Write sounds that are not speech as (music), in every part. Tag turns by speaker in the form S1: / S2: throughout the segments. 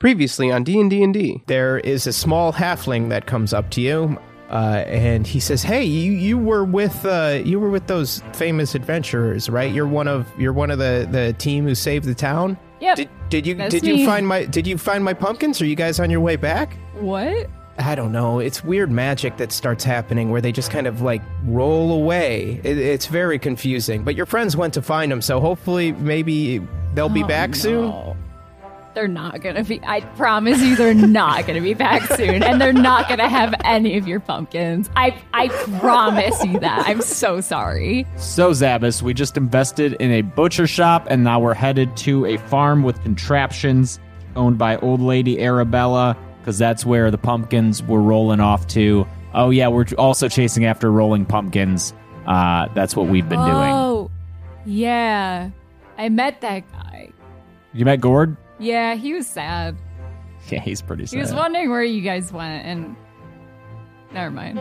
S1: Previously on D and D and D.
S2: there is a small halfling that comes up to you, uh, and he says, "Hey, you, you were with uh, you were with those famous adventurers, right? You're one of you're one of the, the team who saved the town.
S3: Yep.
S2: Did, did you
S3: That's
S2: did
S3: me.
S2: you find my did you find my pumpkins? Are you guys on your way back?
S3: What?
S2: I don't know. It's weird magic that starts happening where they just kind of like roll away. It, it's very confusing. But your friends went to find them, so hopefully maybe they'll be back soon.
S3: Oh, No. They're not gonna be. I promise you, they're not gonna be back soon, and they're not gonna have any of your pumpkins. I I promise you that. I'm so sorry.
S4: So, Zabbis, we just invested in a butcher shop, and now we're headed to a farm with contraptions owned by old lady Arabella, because that's where the pumpkins were rolling off to. Oh, yeah, we're also chasing after rolling pumpkins. Uh, that's what we've been doing.
S3: Oh, yeah. I met that guy.
S4: You met Gord? (laughs)
S3: Yeah, he was sad.
S4: Yeah, he's pretty sad.
S3: He was wondering where you guys went, and never mind.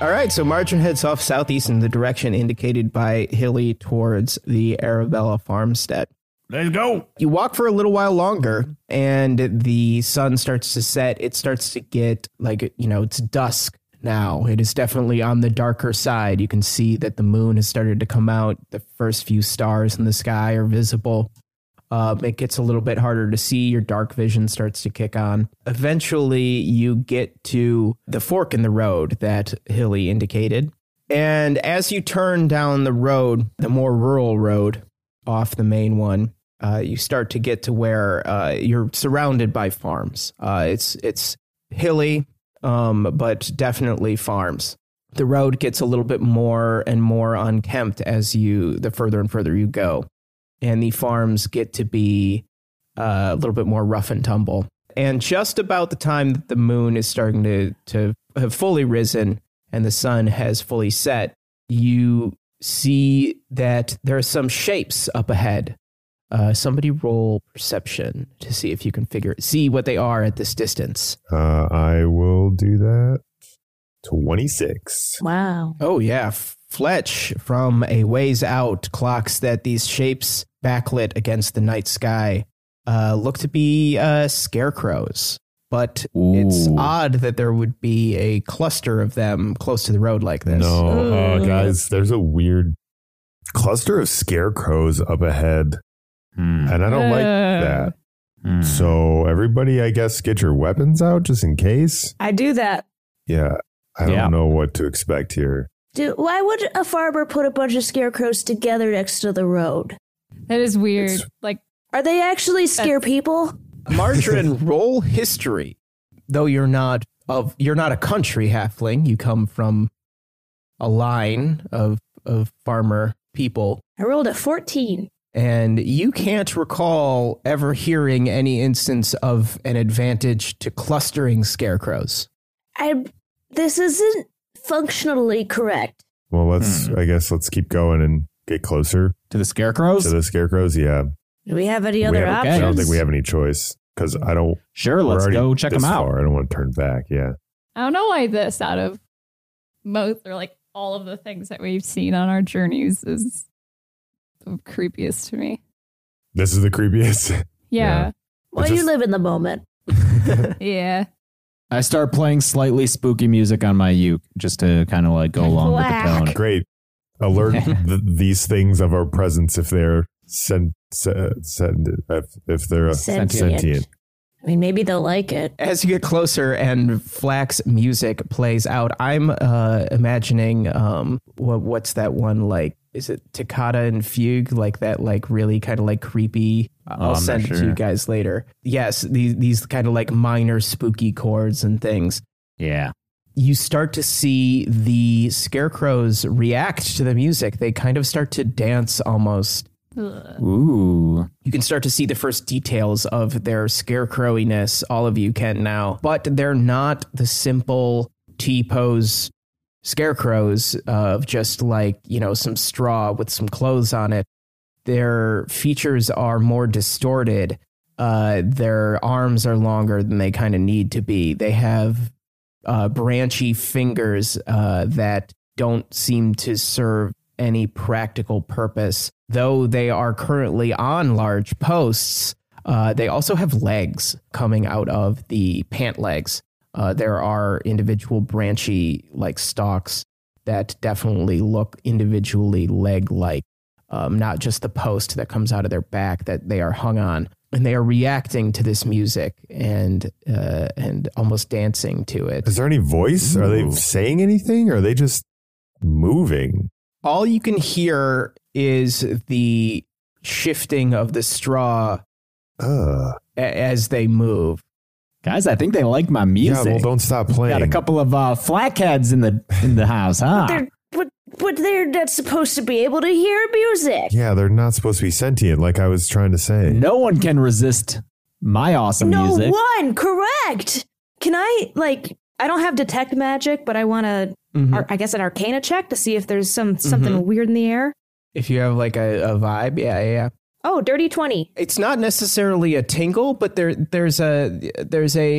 S2: All right, so Margin heads off southeast in the direction indicated by Hilly towards the Arabella farmstead.
S5: Let's go.
S2: You walk for a little while longer, and the sun starts to set. It starts to get like, you know, it's dusk now. It is definitely on the darker side. You can see that the moon has started to come out. The first few stars in the sky are visible. Um, it gets a little bit harder to see. Your dark vision starts to kick on. Eventually, you get to the fork in the road that Hilly indicated. And as you turn down the road, the more rural road off the main one, uh, you start to get to where uh, you're surrounded by farms. Uh, it's it's hilly, um, but definitely farms. The road gets a little bit more and more unkempt as you the further and further you go and the farms get to be uh, a little bit more rough and tumble. And just about the time that the moon is starting to, to have fully risen and the sun has fully set, you see that there are some shapes up ahead. Uh, somebody roll perception to see if you can figure see what they are at this distance.
S5: Uh, I will do that. 26.
S6: Wow.
S2: Oh yeah, Fletch from a ways out clocks that these shapes backlit against the night sky uh, look to be uh, scarecrows, but it's
S4: Ooh.
S2: odd that there would be a cluster of them close to the road like this.
S5: No,
S6: Ooh.
S5: oh, guys, there's a weird cluster of scarecrows up ahead,
S4: Hmm.
S5: and I don't like that.
S4: Hmm.
S5: Uh, So, everybody, I guess, get your weapons out just in case.
S6: I do that.
S5: Yeah, I don't
S4: Yeah.
S5: know what to expect here.
S6: Do, why would a farmer put a bunch of scarecrows together next to the road?
S3: That is weird.
S5: It's-
S3: like
S6: Are they actually scare people?
S2: (laughs) Margarine, roll history. Though you're not of you're not a country halfling, you come from a line of of farmer people.
S6: I rolled a 14.
S2: And you can't recall ever hearing any instance of an advantage to clustering scarecrows.
S6: I this isn't functionally correct.
S5: Well, let's,
S4: Hmm.
S5: I guess, let's keep going and get closer
S4: to the scarecrows?
S5: to the scarecrows. Yeah.
S6: Do we have any
S5: We
S6: other
S5: have-
S6: options?
S5: I don't think we have any choice because I don't.
S4: sure,
S5: we're
S4: let's
S5: already
S4: go check
S5: this
S4: them out.
S5: far. I don't want to turn back. Yeah.
S3: I don't know why this out of most or like all of the things that we've seen on our journeys is the creepiest to me.
S5: This is the creepiest.
S3: Yeah.
S6: Well,
S5: It's
S6: you
S5: just-
S6: live in the moment.
S3: Yeah. yeah.
S4: I start playing slightly spooky music on my uke just to kind of like go along with the tone.
S5: Great. Alert
S4: (laughs)
S5: th- these things of our presence if they're sent, sent, if, if they're uh,
S6: Sentient.
S5: sentient.
S6: I mean, maybe they'll like it.
S2: As you get closer and Flax music plays out, I'm uh, imagining um, what, what's that one like? Is it Toccata and Fugue? Like that, like really kind of like creepy. I'll
S4: Oh, I'm not
S2: send it to
S4: sure.
S2: you guys later. Yes, these these kind of like minor spooky chords and things.
S4: Yeah.
S2: you start to see the scarecrows react to the music. They kind of start to dance almost.
S4: Ooh.
S2: You can start to see the first details of their scarecrowiness. All of you can now, but they're not the simple T pose scarecrows of just like, you know, some straw with some clothes on it. Their features are more distorted. Uh, their arms are longer than they kind of need to be. They have uh, branchy fingers uh, that don't seem to serve any practical purpose. Though they are currently on large posts, uh, they also have legs coming out of the pant legs. Uh, there are individual branchy like stalks that definitely look individually leg like, um, not just the post that comes out of their back that they are hung on. And they are reacting to this music and uh, and almost dancing to it.
S5: Is there any voice? Are they
S4: Ooh.
S5: saying anything? Or are they just moving?
S2: all you can hear is the shifting of the straw
S5: Uh,
S2: a- as they move.
S4: Guys, I think they like my
S5: yeah,
S4: music.
S5: well, don't stop playing.
S4: Got a couple of uh, flatheads in the in the house, huh?
S6: They're but but they're not supposed to be able to hear music.
S5: Yeah, they're not supposed to be sentient, like I was trying to say.
S4: No one can resist my awesome
S6: no
S4: music.
S6: one, correct. Can I like? I don't have detect magic, but I want to. Ar- I guess an Arcana check to see if there's some something weird in the air.
S2: If you have like a, a vibe, yeah, yeah, yeah.
S6: Oh, dirty twenty.
S2: It's not necessarily a tingle, but there there's a there's a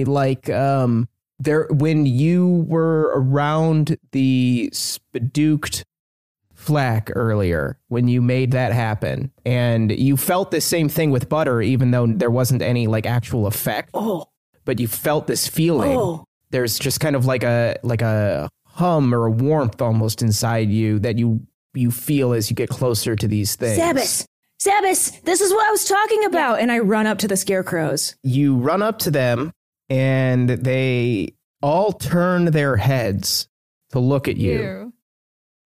S2: a like um there when you were around the spaduked flack earlier when you made that happen and you felt the same thing with butter even though there wasn't any like actual effect
S6: Oh,
S2: but you felt this feeling
S6: oh,
S2: there's just kind of like a like a hum or a warmth almost inside you that you you feel as you get closer to these things.
S6: Sabas, Sabas. This is what I was talking about. And I run up to the scarecrows.
S2: You run up to them and they all turn their heads to look at you.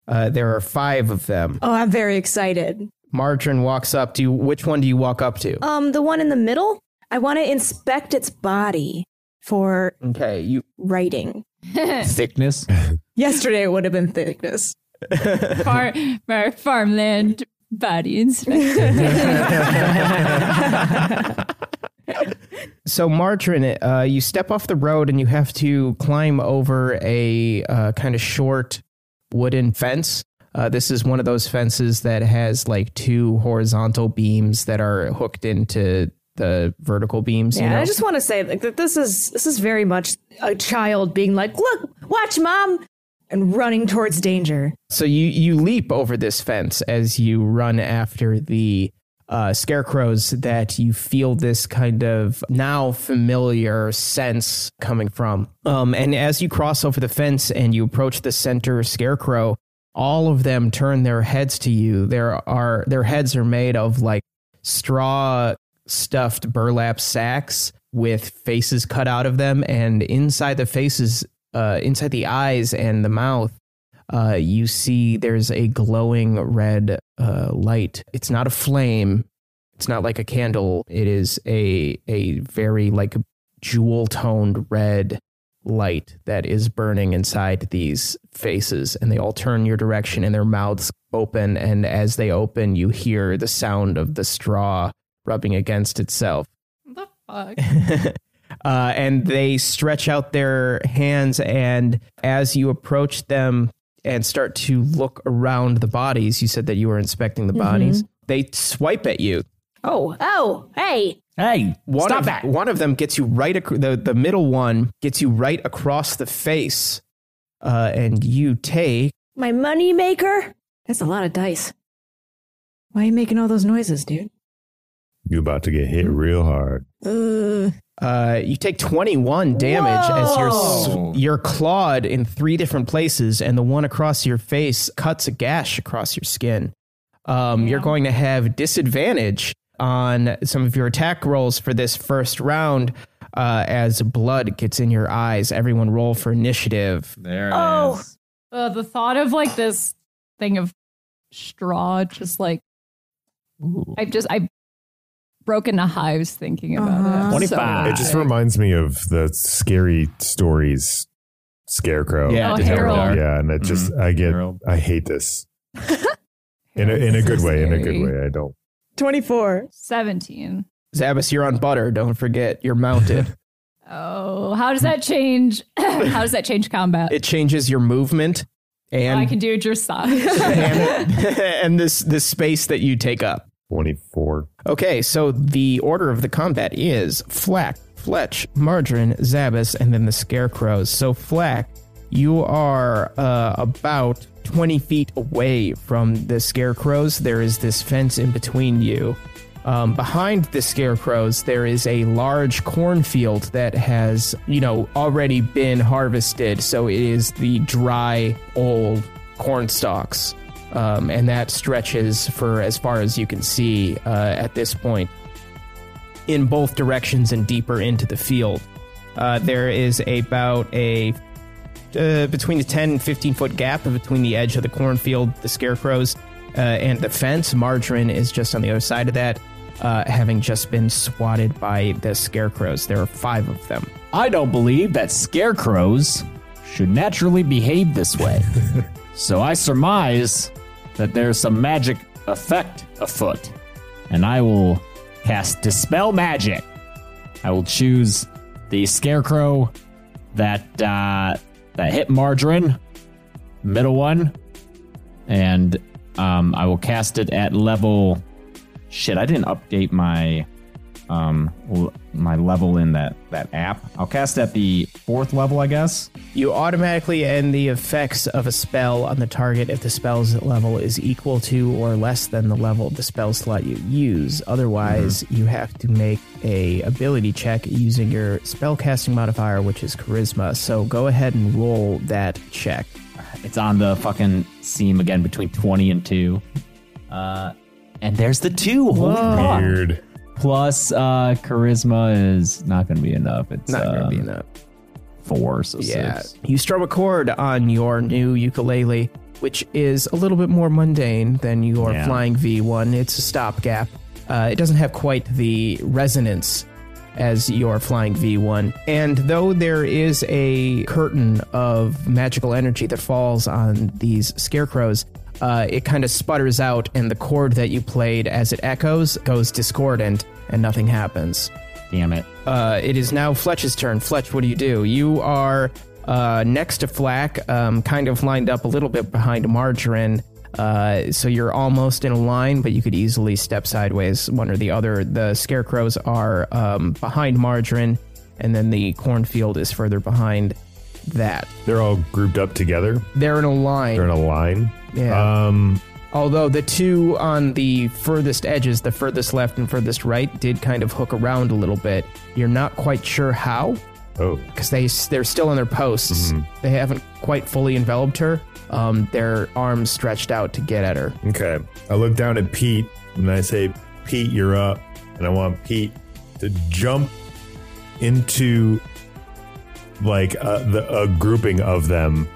S2: Uh, there are five of them.
S6: Oh, I'm very excited.
S2: Margarine walks up to you. Which one do you walk up to?
S6: Um, the one in the middle. I want to inspect its body for
S2: Okay, you
S6: writing.
S4: Thickness.
S6: Yesterday it would have been thickness.
S3: (laughs) Far, far- farmland body
S5: (laughs)
S3: inspection.
S2: So, Margarine, uh, you step off the road and you have to climb over a uh, kind of short wooden fence. Uh, this is one of those fences that has like two horizontal beams that are hooked into the vertical beams.
S6: Yeah,
S2: you know?
S6: I just want to say like, that this is this is very much a child being like, "Look, watch, mom," and running towards danger.
S2: So you you leap over this fence as you run after the uh, scarecrows that you feel this kind of now familiar sense coming from. Um, and as you cross over the fence and you approach the center scarecrow, all of them turn their heads to you. There are their heads are made of like straw stuffed burlap sacks with faces cut out of them, and inside the faces, uh, inside the eyes and the mouth uh, you see there's a glowing red uh, light. It's not a flame. It's not like a candle. It is a a very like jewel toned red light that is burning inside these faces, and they all turn your direction, and their mouths open, and as they open, you hear the sound of the straw rubbing against itself.
S3: the fuck?
S2: Uh, and they stretch out their hands, and as you approach them and start to look around the bodies, you said that you were inspecting
S4: Mm-hmm.
S2: the bodies. They swipe at you.
S6: Oh, oh, hey,
S4: Hey,
S2: One
S4: stop
S2: of,
S4: that.
S2: One of them gets you right. Ac- the the middle one gets you right across the face, uh, and you take.
S6: my money maker. That's a lot of dice. Why are you making all those noises, dude?
S5: You're about to get hit real hard.
S6: Uh,
S2: Uh, you take 21 damage as you're,
S4: Whoa.
S2: s- you're clawed in three different places, and the one across your face cuts a gash across your skin. Um, You're going to have disadvantage on some of your attack rolls for this first round. Uh, as blood gets in your eyes, everyone roll for initiative.
S4: There it
S6: Oh.
S4: is.
S3: Uh, the thought of like this thing of straw, just like I just I broke into hives thinking about it.
S6: Uh-huh.
S7: 25.
S5: It just reminds me of the scary stories scarecrow.
S4: Yeah,
S3: Oh,
S4: just
S3: Harold.
S4: over there.
S5: Yeah, and it just
S4: Mm-hmm.
S5: I get
S4: Harold.
S5: I hate this. In a in a good way, in a good way. I don't
S7: 24.
S3: Seventeen.
S2: Zabas, you're on butter. Don't forget, you're mounted.
S3: Oh, how does that change? (coughs) how does that change combat?
S2: it changes your movement and
S3: I can do dressage.
S2: and, (laughs) and this this space that you take up.
S5: twenty four.
S2: Okay, so the order of the combat is Flack, Fletch, Margarine, Zabas, and then the Scarecrows. So Flack, you are uh, about 20 feet away from the Scarecrows. There is this fence in between you. Um, behind the Scarecrows, there is a large cornfield that has, you know, already been harvested. So it is the dry, old corn stalks um, and that stretches for as far as you can see uh, at this point in both directions and deeper into the field. Uh, there is about a uh, between the 10 and 15 foot gap between the edge of the cornfield, the scarecrows, uh, and the fence. Margarine is just on the other side of that, uh, having just been swatted by the scarecrows. There are five of them.
S4: I don't believe that scarecrows should naturally behave this way. so I surmise that there's some magic effect afoot. And I will cast Dispel Magic. I will choose the scarecrow that uh, that hit Margarine, middle one, and um, I will cast it at level. Shit, I didn't update my um l- my level in that that app. I'll cast at the fourth level, I guess.
S2: You automatically end the effects of a spell on the target if the spell's level is equal to or less than the level of the spell slot you use. Otherwise, you have to make a ability check using your spellcasting modifier, which is charisma. So go ahead and roll that check.
S4: It's on the fucking seam again between twenty and two. Uh, and there's the two. Holy fuck.
S5: Weird.
S4: Plus, uh, charisma is not going to be enough. It's
S2: Not going to
S4: um,
S2: be enough.
S4: Four, so
S2: Yeah.
S4: six.
S2: You strum a chord on your new ukulele, which is a little bit more mundane than your
S4: Yeah.
S2: flying V1. It's a stopgap. Uh, it doesn't have quite the resonance as your flying V1. And though there is a curtain of magical energy that falls on these scarecrows, uh, it kind of sputters out, and the chord that you played as it echoes goes discordant, and nothing happens.
S4: Damn it.
S2: Uh, it is now Fletch's turn. Fletch, what do you do? You are uh, next to Flack, um, kind of lined up a little bit behind Margarine. Uh, so you're almost in a line, but you could easily step sideways one or the other. The scarecrows are um, behind Margarine, and then the cornfield is further behind that.
S5: They're all grouped up together.
S2: They're in a line.
S5: They're in a line.
S2: Yeah.
S5: Um
S2: Although the two on the furthest edges, the furthest left and furthest right, did kind of hook around a little bit. You're not quite sure how,
S5: oh.
S2: because they they're still on their posts.
S5: Mm-hmm.
S2: They haven't quite fully enveloped her. Um, their arms stretched out to get at her.
S5: Okay. I look down at Pete and I say, Pete, you're up. And I want Pete to jump into like a, the, a grouping of them.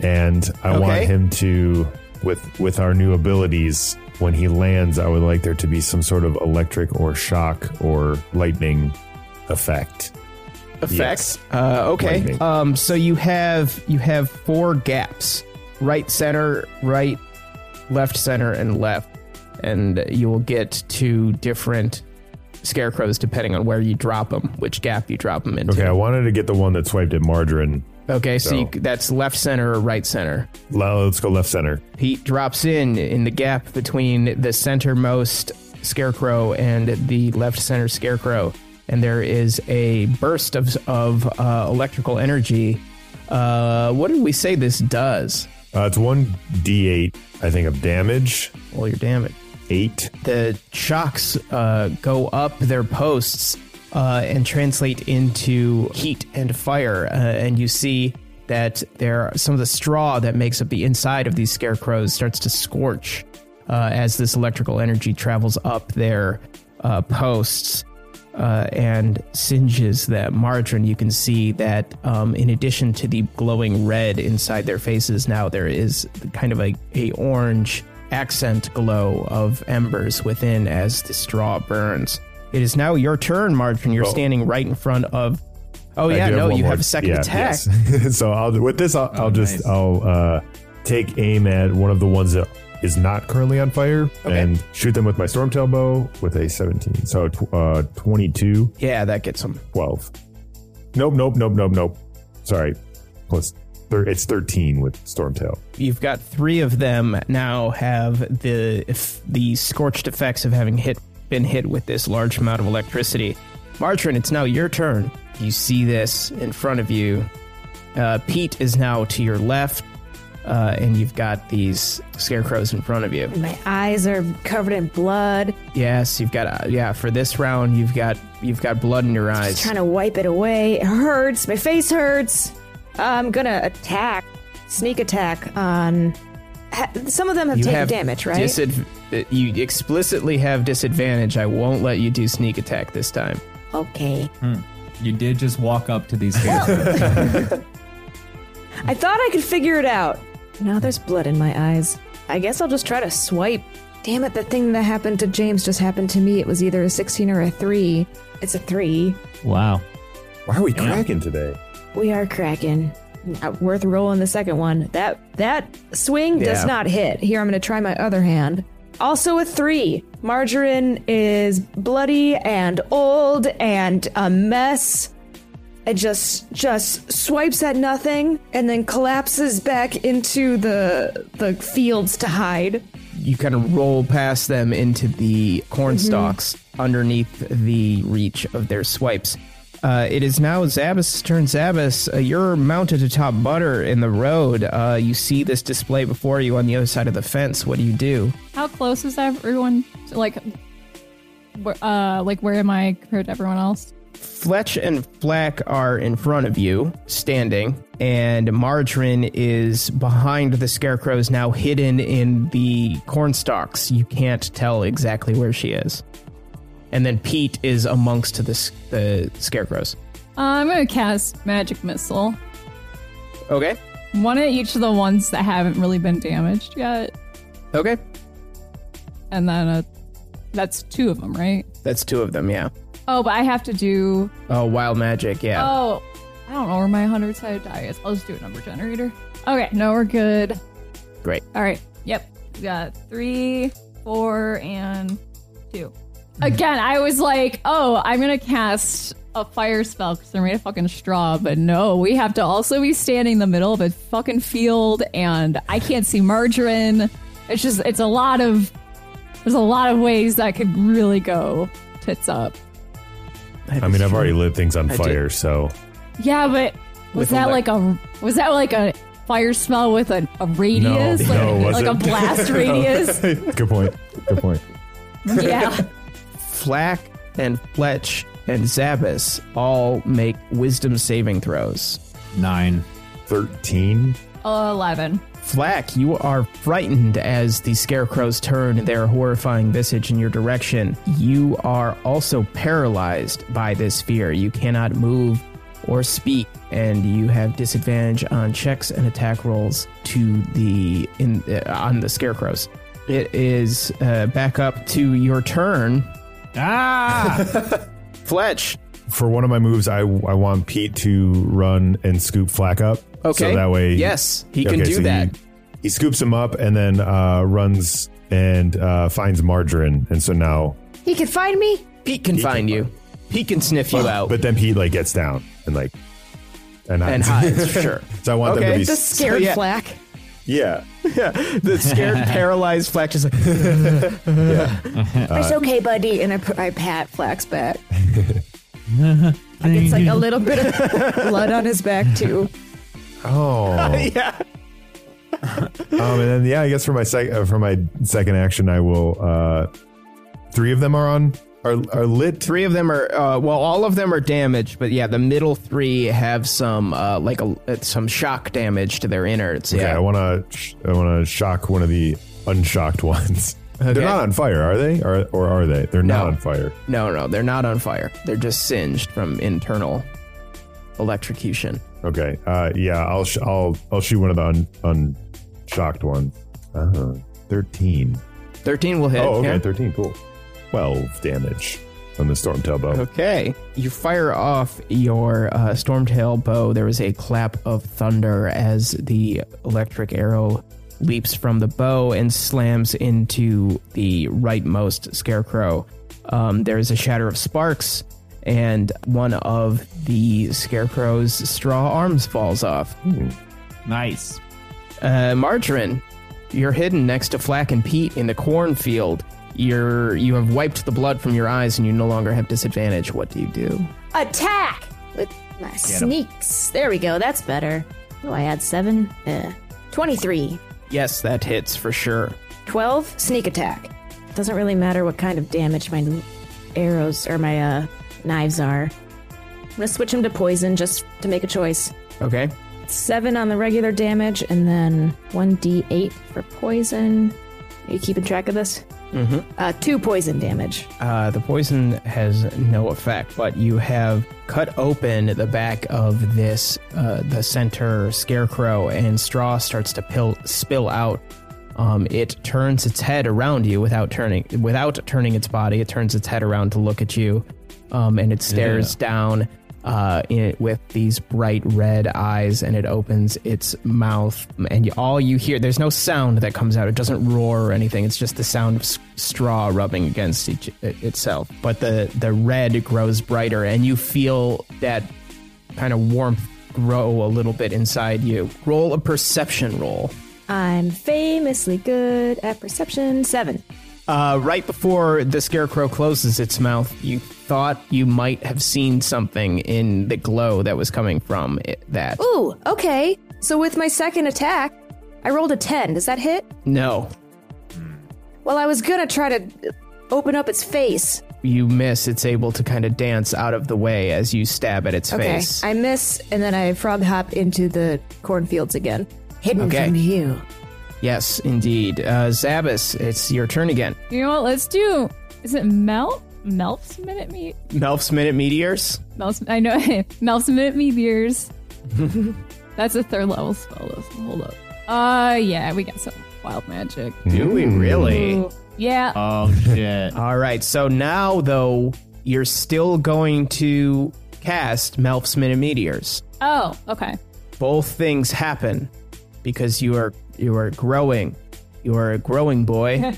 S5: And I want
S2: Okay.
S5: him to, with with our new abilities, when he lands, I would like there to be some sort of electric or shock or lightning effect.
S2: Effects. Uh, okay.
S5: Lightning.
S2: Um, so you have you have four gaps: right, center, right, left, center, and left. And you will get two different scarecrows depending on where you drop them, which gap you drop them into.
S5: Okay, I wanted to get the one that swiped at margarine.
S2: Okay, so,
S5: So-
S2: you, that's left center or right center.
S5: Le- Let's go left center.
S2: Pete drops in in the gap between the centermost scarecrow and the left center scarecrow, and there is a burst of, of uh, electrical energy. Uh, what did we say this does?
S5: Uh, it's one d8, I think, of damage.
S2: Well, your damage.
S5: Eight.
S2: The shocks uh, go up their posts uh, and translate into heat and fire, uh, and you see that there are some of the straw that makes up the inside of these scarecrows starts to scorch uh, as this electrical energy travels up their uh, posts uh, and singes them. Margarine, you can see that um, in addition to the glowing red inside their faces, now there is kind of a, a orange accent glow of embers within as the straw burns. It is now your turn, Margarine. You're
S5: Oh.
S2: standing right in front of. Oh
S5: I
S2: yeah,
S5: do
S2: no,
S5: one
S2: you
S5: more.
S2: have a second
S5: Yeah,
S2: attack.
S5: yes. (laughs) so I'll with this, I'll, I'll just
S4: nice.
S5: I'll uh, take aim at one of the ones that is not currently on fire
S2: Okay.
S5: and shoot them with my stormtail bow with a 17. So tw- uh, 22,
S2: (laughs) Yeah, that gets him.
S5: 12. Nope, nope, nope, nope, nope. Sorry, plus thir- it's 13 with stormtail.
S2: You've got three of them now have the if the scorched effects of having hit been hit with this large amount of electricity. Martrin, it's now your turn. You see this in front of you. Uh, Pete is now to your left, uh, and you've got these scarecrows in front of you.
S6: My eyes are covered in blood.
S2: Yes, you've got uh, yeah. For this round, you've got you've got blood in your eyes.
S6: Trying to wipe it away. It hurts. My face hurts. I'm gonna attack. Sneak attack on. ha- Some of them have
S2: you
S6: taken
S2: have
S6: damage, right?
S2: disadv- uh, you explicitly have disadvantage. I won't let you do sneak attack this time.
S6: okay.
S4: You did just walk up to these scarecrows.
S6: I thought I could figure it out. Now there's blood in my eyes. I guess I'll just try to swipe. Damn it, the thing that happened to James just happened to me. It was either a 16 or a 3. It's a 3.
S4: (laughs) wow.
S5: Why are we cracking today?
S6: We are cracking. Not worth rolling the second one. That that swing
S2: Yeah.
S6: does not hit. Here, I'm going to try my other hand. Also a three. Margarine is bloody and old and a mess. It just just swipes at nothing and then collapses back into the the fields to hide.
S2: you kind of roll past them into the corn stalks underneath the reach of their swipes. Uh, it is now Zabbis' turn. Zabbis, uh, you're mounted atop butter in the road. Uh, you see this display before you on the other side of the fence. What do you do?
S3: How close is everyone? to, Like, where, uh, like where am I compared to everyone else?
S2: Fletch and Flack are in front of you, standing, and Margarine is behind the scarecrows, now hidden in the corn stalks. You can't tell exactly where she is. And then Pete is amongst the, s- the scarecrows.
S3: Uh, I'm gonna cast magic missile,
S2: Okay.
S3: one at each of the ones that haven't really been damaged yet,
S2: Okay.
S3: and then a, that's two of them, right?
S2: That's two of them, yeah.
S3: Oh, but I have to do.
S2: Oh, wild magic, yeah.
S3: Oh, I don't know where my hundred sided die is. I'll just do a number generator. Okay, no, we're good.
S2: Great.
S3: All right. Yep. We got three, four, and two. Again, I was like, oh, I'm going to cast a fire spell because they're made of fucking straw. But no, we have to also be standing in the middle of a fucking field and I can't see margarine. It's just, it's a lot of, there's a lot of ways that could really go tits up.
S5: I mean, uh, I've already lit things on
S2: I (laughs)
S5: fire, so
S3: Yeah, but was
S2: With
S3: that
S2: elec-
S3: like a, was that like a fire spell with a, a radius? like
S5: no, it
S3: like a
S5: wasn't. (laughs)
S3: blast radius?
S5: good point. Good point.
S3: yeah.
S2: Flack and Fletch and Zabbis all make wisdom saving throws.
S4: Nine.
S5: 13.
S3: 11.
S2: Flack, you are frightened as the scarecrows turn their horrifying visage in your direction. You are also paralyzed by this fear. You cannot move or speak, and you have disadvantage on checks and attack rolls to the in uh, on the scarecrows. It is uh, back up to your turn,
S4: Ah!
S2: Fletch.
S5: for one of my moves, I I want Pete to run and scoop Flack up.
S2: Okay.
S5: So that way,
S2: Yes, he can do
S5: he-
S2: that.
S5: He, scoops him up and then uh, runs and uh, finds margarine, and so now,
S6: He can find me.
S2: Pete can find you. Pete can sniff you out
S5: but then Pete like gets down and like and,
S2: and
S5: hides.
S2: hides.
S5: (laughs)
S2: Sure.
S5: so I want them
S2: Okay.
S5: to be
S6: The
S5: s-
S6: scared
S2: Oh, yeah.
S6: flack.
S5: yeah.
S2: (laughs) the
S5: (laughs)
S2: scared, paralyzed Flack just like. (laughs)
S6: it's okay, buddy. And I, put, I pat Flack's back. it's like a little bit of blood on his back too.
S2: (laughs)
S5: Oh yeah. um, and then yeah, I guess for my sec- uh, for my second action, I will. Uh, three of them are on are are lit.
S2: three of them are uh, well all of them are damaged but yeah the middle three have some uh, like a, uh, some shock damage to their innards
S5: Okay,
S2: yeah
S5: I want to I want to shock one of the unshocked (laughs) ones.
S2: Okay.
S5: They're not on fire, are they? Or, or are they? They're not
S2: No.
S5: on fire.
S2: No, no, they're not on fire. They're just singed from internal electrocution.
S5: Okay. Uh, yeah, I'll sh- I'll I'll shoot one of the un- unshocked ones. Uh, Thirteen.
S2: 13 will hit.
S5: Oh, okay,
S2: yeah?
S5: thirteen. Cool. Twelve damage on the storm tail bow.
S2: Okay. You fire off your uh, Stormtail bow. There is a clap of thunder as the electric arrow leaps from the bow and slams into the rightmost scarecrow. Um, there is a shatter of sparks, and one of the scarecrow's straw arms falls off.
S4: Nice.
S2: Uh, Margarine, you're hidden next to Flack and Pete in the cornfield. You're you have wiped the blood from your eyes, and you no longer have disadvantage. What do you do?
S7: Attack with my sneaks. There we go. That's better. Oh, I had seven. Eh. 23.
S2: Yes, that hits for sure.
S7: 12. Sneak attack. Doesn't really matter what kind of damage my arrows or my uh, knives are. I'm going to switch them to poison just to make a choice.
S2: Okay.
S7: Seven on the regular damage, and then 1d8 for poison. Are you keeping track of this? Mm-hmm. Uh, two poison damage.
S2: Uh, the poison has no effect, but you have cut open the back of this, uh, the center scarecrow, and straw starts to pill, spill out. Um, it turns its head around you without turning, without turning its body. It turns its head around to look at you, um, and it stares down uh, in, with these bright red eyes, and it opens its mouth, and you, all you hear. There's no sound that comes out. It doesn't roar or anything. It's just the sound of s- straw rubbing against each, i- itself. But the the red grows brighter, and you feel that kind of warmth grow a little bit inside you. Roll a perception roll.
S7: I'm famously good at perception. Seven.
S2: Uh, right before the scarecrow closes its mouth, you thought you might have seen something in the glow that was coming from it, that.
S7: Ooh, okay. So with my second attack, I rolled a 10. Does that hit?
S2: No,
S7: Well, I was gonna try to uh, open up its face.
S2: you miss. It's able to kind of dance out of the way as you stab at its
S7: Okay.
S2: face.
S7: I miss, and then I frog hop into the cornfields again. Hidden
S2: Okay.
S7: from you.
S2: yes, indeed. Uh, Zabas, it's your turn again.
S3: You know what? Let's do. Is it Mel? Melf's minute meat.
S2: Melf's Minute Meteors.
S3: Melf's. I know. (laughs) Melf's minute meat beers. That's a third level spell. Listen, hold up. Uh, yeah, we got some wild magic.
S2: Do we really?
S3: Yeah.
S4: Oh shit.
S2: All right. So now, though, you're still going to cast Melf's Minute Meteors.
S3: oh, okay.
S2: both things happen because you are you are growing you are a growing
S4: (laughs)
S2: boy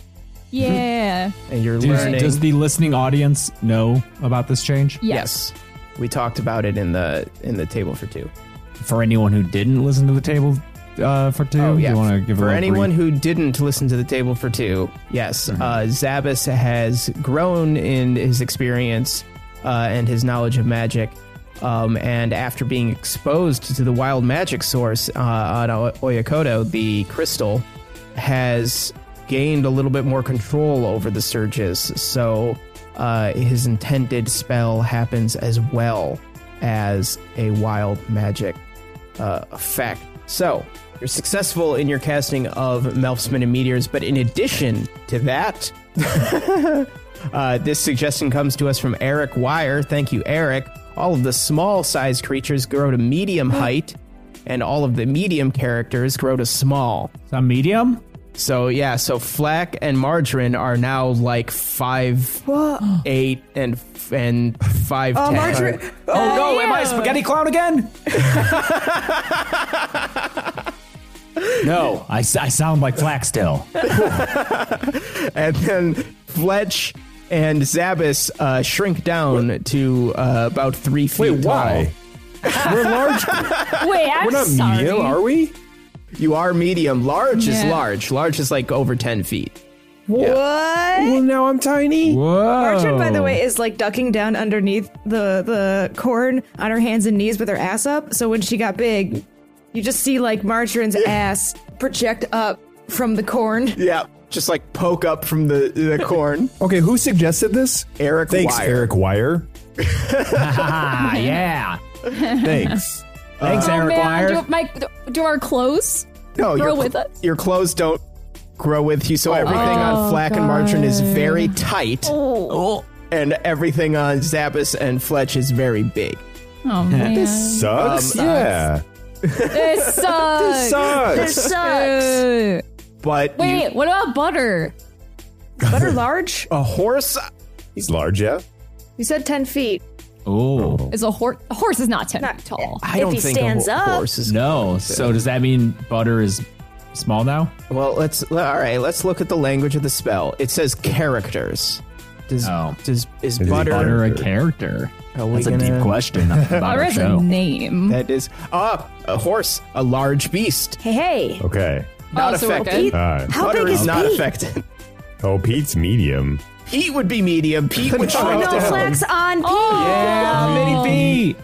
S3: Yeah.
S2: and you're (laughs) learning
S4: Does, does the listening audience know about this change?
S2: yes. we talked about it in the in the table for two.
S4: For anyone who didn't listen to the table uh, for two, you want to give
S2: Oh, for
S4: a
S2: anyone
S4: brief- Mm-hmm.
S2: who didn't listen to the table for two yes uh, zabas has grown in his experience uh, and his knowledge of magic um, and after being exposed to the wild magic source uh, on O- oyakoto the crystal has gained a little bit more control over the surges so uh, his intended spell happens as well as a wild magic uh, effect. So, you're successful in your casting of Melfsman and Meteors, but in addition to that, (laughs) uh, this suggestion comes to us from Eric Wire. Thank you, Eric. All of the small sized creatures grow to medium height, and all of the medium characters grow to small.
S4: Is that medium?
S2: So, yeah, so Flack and Margarine are now like five, eight, and f- and five. ten.
S4: Oh no! Am I a spaghetti clown (laughs) again? no, I, s- I sound like Flack still.
S2: and then Fletch and Zabas uh, shrink down to uh, about three feet.
S5: Wait, why? We're large.
S3: Wait, I'm
S5: We're not
S3: sorry.
S5: medium, are we?
S2: tall. You are medium. Large is
S3: Yeah.
S2: large. Large is like over ten feet.
S6: What?
S5: Well, now I'm tiny.
S4: Whoa!
S6: Marjorie, by the way, is like ducking down underneath the the corn on her hands and knees with her ass up. So when she got big, you just see like Marjorie's ass project up from the corn.
S2: (laughs) Yeah, just like poke up from the
S5: (laughs)
S2: the corn.
S5: Okay, who suggested this?
S2: Eric
S5: Thanks,
S2: Wire.
S5: Eric Wire.
S4: ah, yeah.
S2: (laughs)
S5: Thanks.
S4: Thanks, Eric
S3: Oh, Man,
S4: Wire.
S3: do, my, do our clothes
S2: No,
S3: grow
S2: Oh, your, (laughs)
S3: with us?
S2: your clothes don't grow with you.
S5: Oh.
S2: So everything
S3: Oh,
S2: on Flack and Margarine is very tight, and everything on Zappus and Fletch is very big.
S3: Oh man,
S2: Um,
S3: this
S5: Sucks.
S2: uh,
S5: yeah.
S3: sucks.
S5: Sucks.
S7: Sucks.
S3: Ugh.
S2: But you-
S3: Wait, what about butter?
S6: Butter large?
S2: a horse,
S5: He's large, yeah.
S6: You said 10 feet.
S4: Oh
S3: Is a horse? A horse is not ten
S6: Not-
S3: feet tall.
S2: I
S7: If
S2: don't
S7: he
S2: think a
S7: stands
S2: ho-
S7: up.
S2: horse is
S4: no! So does that mean butter is small now?
S2: Well, let's all right. Let's look at the language of the spell. It says characters. Does
S4: Oh.
S2: does is
S5: Is it
S2: butter?
S4: Butter a character?
S2: Are we
S4: That's a
S2: gonna-
S4: deep question.
S3: Butter
S4: Butter
S3: is a name.
S2: That is ah a horse, a large beast,
S7: Hey, hey.
S5: Okay.
S2: not
S3: Oh, so we're
S2: affected.
S3: good.
S5: All right.
S7: How
S2: butter
S7: big
S2: is
S7: is
S2: not
S7: Pete?
S2: affected.
S5: Oh, Pete's medium.
S2: Pete would be medium. Pete
S7: (laughs)
S2: would
S7: Oh,
S2: shrink
S7: no,
S2: down. Oh.
S7: Flax on Pete.
S3: Oh,
S4: Yeah, mini B.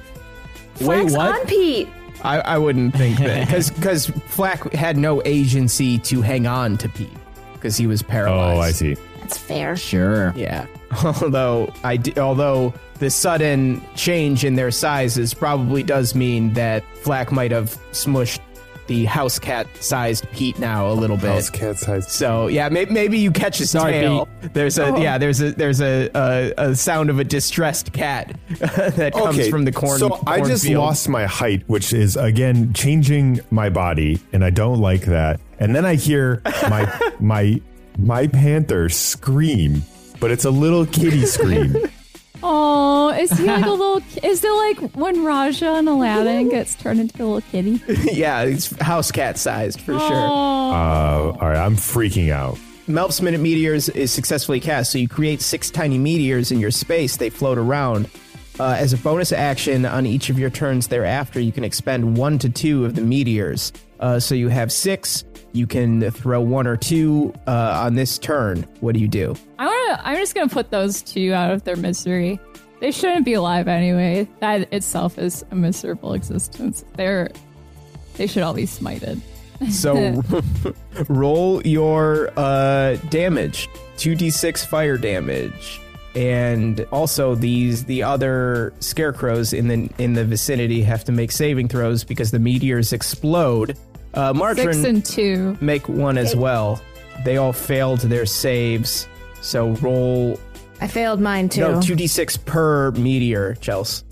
S4: Wait,
S7: Flax on
S4: what?
S7: Pete.
S2: I, I wouldn't think that because because Flack had no agency to hang on to Pete because he was paralyzed.
S5: Oh, I see.
S7: That's fair.
S4: Sure.
S2: Yeah. (laughs) Although I d- although the sudden change in their sizes probably does mean that Flack might have smushed the house cat sized Pete now a little bit.
S5: House cat size.
S2: So yeah, maybe, maybe you catch his
S4: Sorry,
S2: tail. There's a yeah, there's a there's a, a, a sound of a distressed cat (laughs) that comes from the corn.
S5: So I just
S2: cornfield.
S5: lost my height, which is again changing my body, and I don't like that. And then I hear
S2: (laughs)
S5: my my my panther scream, but it's a little kitty scream.
S2: (laughs)
S3: Oh, is he like a little? ki- Is it like when Raja and Aladdin gets turned into a little kitty?
S2: (laughs) yeah, it's house cat sized for sure.
S3: Oh.
S5: uh, all right, I'm freaking out.
S2: Melp's Minute Meteors is successfully cast, so you create six tiny meteors in your space. They float around. Uh, as a bonus action on each of your turns thereafter, you can expend one to two of the meteors. Uh, so you have six. You can throw one or two uh, on this turn. What do you do?
S3: I want to. I'm just gonna put those two out of their misery. They shouldn't be alive anyway. That itself is a miserable existence. They're. They should all be smited. (laughs)
S2: So roll your uh, damage, two d six fire damage, and also these the other scarecrows in the in the vicinity have to make saving throws because the meteors explode. Uh,
S3: Six
S2: Martrin
S3: and two.
S2: make one as well. They all failed their saves, so roll
S7: I failed mine too.
S2: no two d six per meteor, Chels.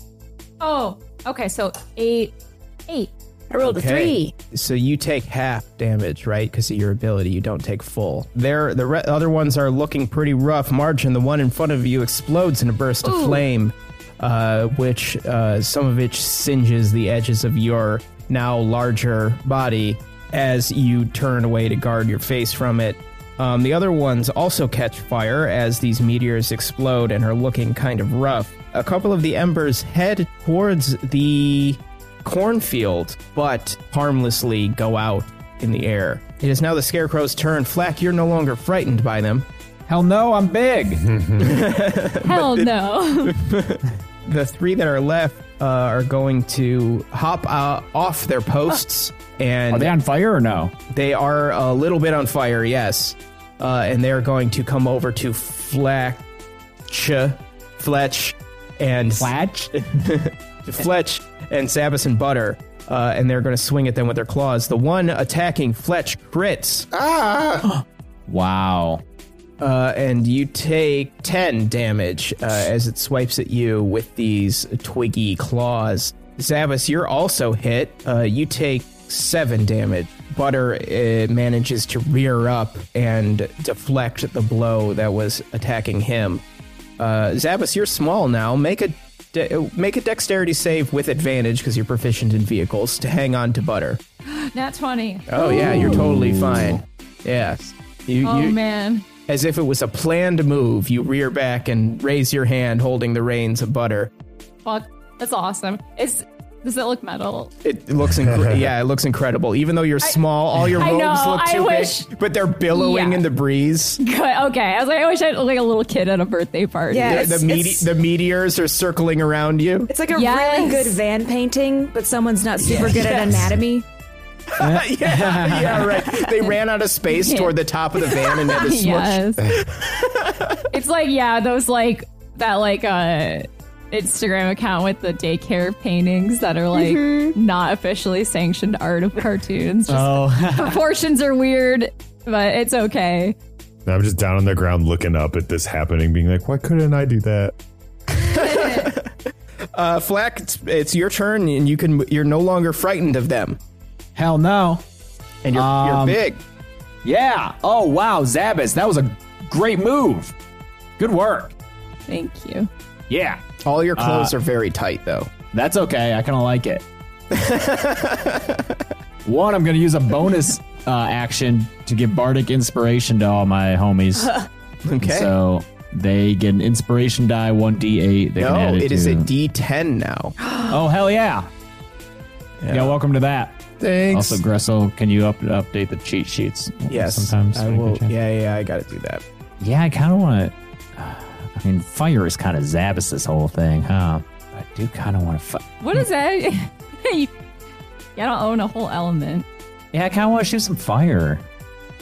S3: Oh, okay. So eight, eight.
S7: I rolled a
S2: Okay.
S7: three.
S2: So you take half damage, right? Because of your ability, you don't take full. There, the re- other ones are looking pretty rough. Margin, the one in front of you, explodes in a burst of flame, uh, which uh, some of it singes the edges of your now larger body as you turn away to guard your face from it. Um, the other ones also catch fire as these meteors explode and are looking kind of rough. A couple of the embers head towards the cornfield, but harmlessly go out in the air. It is now the scarecrow's turn. Flack, you're no longer frightened by them.
S4: Hell no, I'm big.
S3: Hell no.
S2: (laughs) The three that are left uh, are going to hop uh, off their
S4: (gasps)
S2: posts, and
S4: Are Oh, they on fire or no?
S2: They are a little bit on fire, yes. Uh, and they're going to come over to Flack, Fletch, and
S4: Flatch.
S2: Fletch and Sabas and Butter. Uh, and they're going to swing at them with their claws. The one attacking Fletch crits,
S4: Wow.
S2: uh, and you take 10 damage uh, as it swipes at you with these twiggy claws. Zabas, you're also hit. Uh, you take 7 damage. Butter uh, manages to rear up and deflect the blow that was attacking him. Uh, Zabas, you're small now. Make a de- make a dexterity save with advantage because you're proficient in vehicles to hang on to Butter.
S3: Nat twenty.
S2: Oh yeah, you're totally fine. Yeah. You,
S3: Oh
S2: you,
S3: man.
S2: as if it was a planned move, you rear back and raise your hand holding the reins of butter.
S3: Fuck. That's awesome. It's. Does it look metal?
S2: It looks, incre- yeah, it looks incredible. Even though you're small, all your
S3: I
S2: robes
S3: know,
S2: look
S3: I
S2: too
S3: wish-
S2: big, but they're billowing
S3: Yeah.
S2: in the breeze.
S3: Good. Okay. I was like, I wish I looked like a little kid at a birthday party.
S6: Yeah.
S2: the,
S6: It's-
S2: mete-
S6: it's-
S2: the meteors are circling around
S3: (laughs)
S2: you.
S6: It's like a
S3: Yes.
S6: really good.
S7: van painting, but someone's not super good at
S2: Yes.
S7: anatomy.
S2: yeah, yeah, right. They ran out of space
S3: Yeah.
S2: toward the top of the van and had
S3: (laughs)
S2: to smush. (laughs)
S3: Yes. it's like yeah, those like that like uh Instagram account with the daycare paintings that are like
S2: Mm-hmm.
S3: not officially sanctioned art of cartoons.
S2: Uh. (laughs)
S3: Just
S4: Oh,
S3: proportions are weird, but it's okay.
S5: And I'm just down on the ground looking up at this happening, being like, why couldn't I do that?
S2: Uh, Flack, it's, it's your turn, and you can. You're no longer frightened of them,
S4: hell no.
S2: and you're,
S4: Um,
S2: you're big.
S4: Yeah. Oh, wow, Zabas, that was a great move. Good work.
S3: Thank you.
S4: Yeah.
S2: All your clothes are very tight, though.
S4: That's okay. I kind of
S2: (laughs)
S4: like it. One, I'm going to use a bonus uh, action to give bardic inspiration to all my homies.
S2: (laughs) Okay.
S4: So they get an inspiration die, one d8. They can
S2: no,
S4: add
S2: it is
S4: to-
S2: a D10 now.
S4: Oh hell yeah! Yeah, welcome to that.
S2: Thanks.
S4: Also, Gressel, can you up- update the cheat sheets?
S2: yes.
S4: sometimes
S2: I
S4: when you
S2: will.
S4: get a chance?
S2: Yeah, yeah. I got to do that.
S4: Yeah, I kind of want to. I mean, fire is kind of Zabbis this whole thing, huh? I do kind of want to. Fi-
S3: What is that? (laughs) you, I don't own a whole element.
S4: yeah, I kind of want to shoot some fire.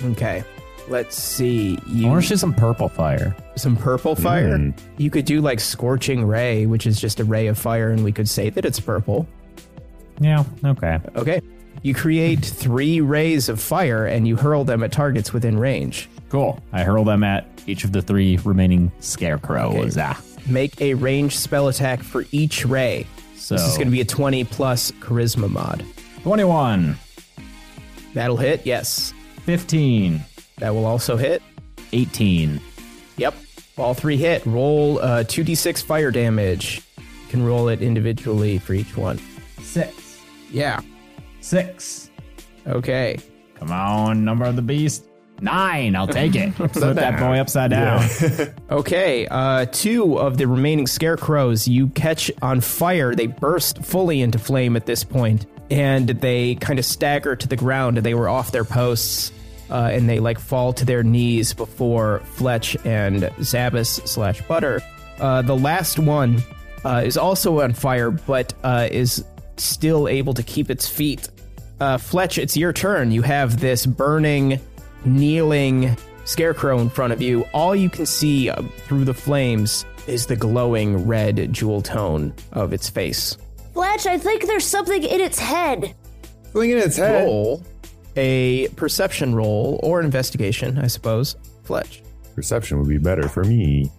S2: Okay. Let's see.
S4: I
S2: You
S4: want to shoot some purple fire.
S2: some purple fire. You could do like scorching ray, which is just a ray of fire, and we could say that it's purple.
S4: Yeah. Okay.
S2: Okay. You create three rays of fire and you hurl them at targets within range.
S4: Cool. I hurl them at each of the three remaining scarecrows. Ah.
S2: Make a range spell attack for each ray.
S4: So
S2: This is going to be a 20 plus charisma mod.
S4: twenty-one,
S2: That'll hit, yes.
S4: fifteen,
S2: That will also hit.
S4: eighteen.
S2: Yep. All three hit. Roll uh, 2d6 fire damage. You can roll it individually for each one.
S4: Six.
S2: Yeah.
S4: Six.
S2: Okay.
S4: Come on, number of the beast. Nine. I'll
S2: (laughs)
S4: take it. Flip that boy upside down.
S2: Okay, uh, two of the remaining scarecrows you catch on fire. They burst fully into flame at this point, and they kind of stagger to the ground. They were off their posts, uh, and they like fall to their knees before Fletch and Zabas slash Butter. Uh, the last one uh, is also on fire, but uh, is still able to keep its feet. Uh, Fletch, it's your turn. You have this burning, kneeling scarecrow in front of you. All you can see uh, through the flames is the glowing red jewel tone of its face.
S8: Fletch, I think there's something in its head.
S5: Sling in its head.
S2: Roll a perception roll or investigation, I suppose. Fletch.
S5: Perception would be better for me.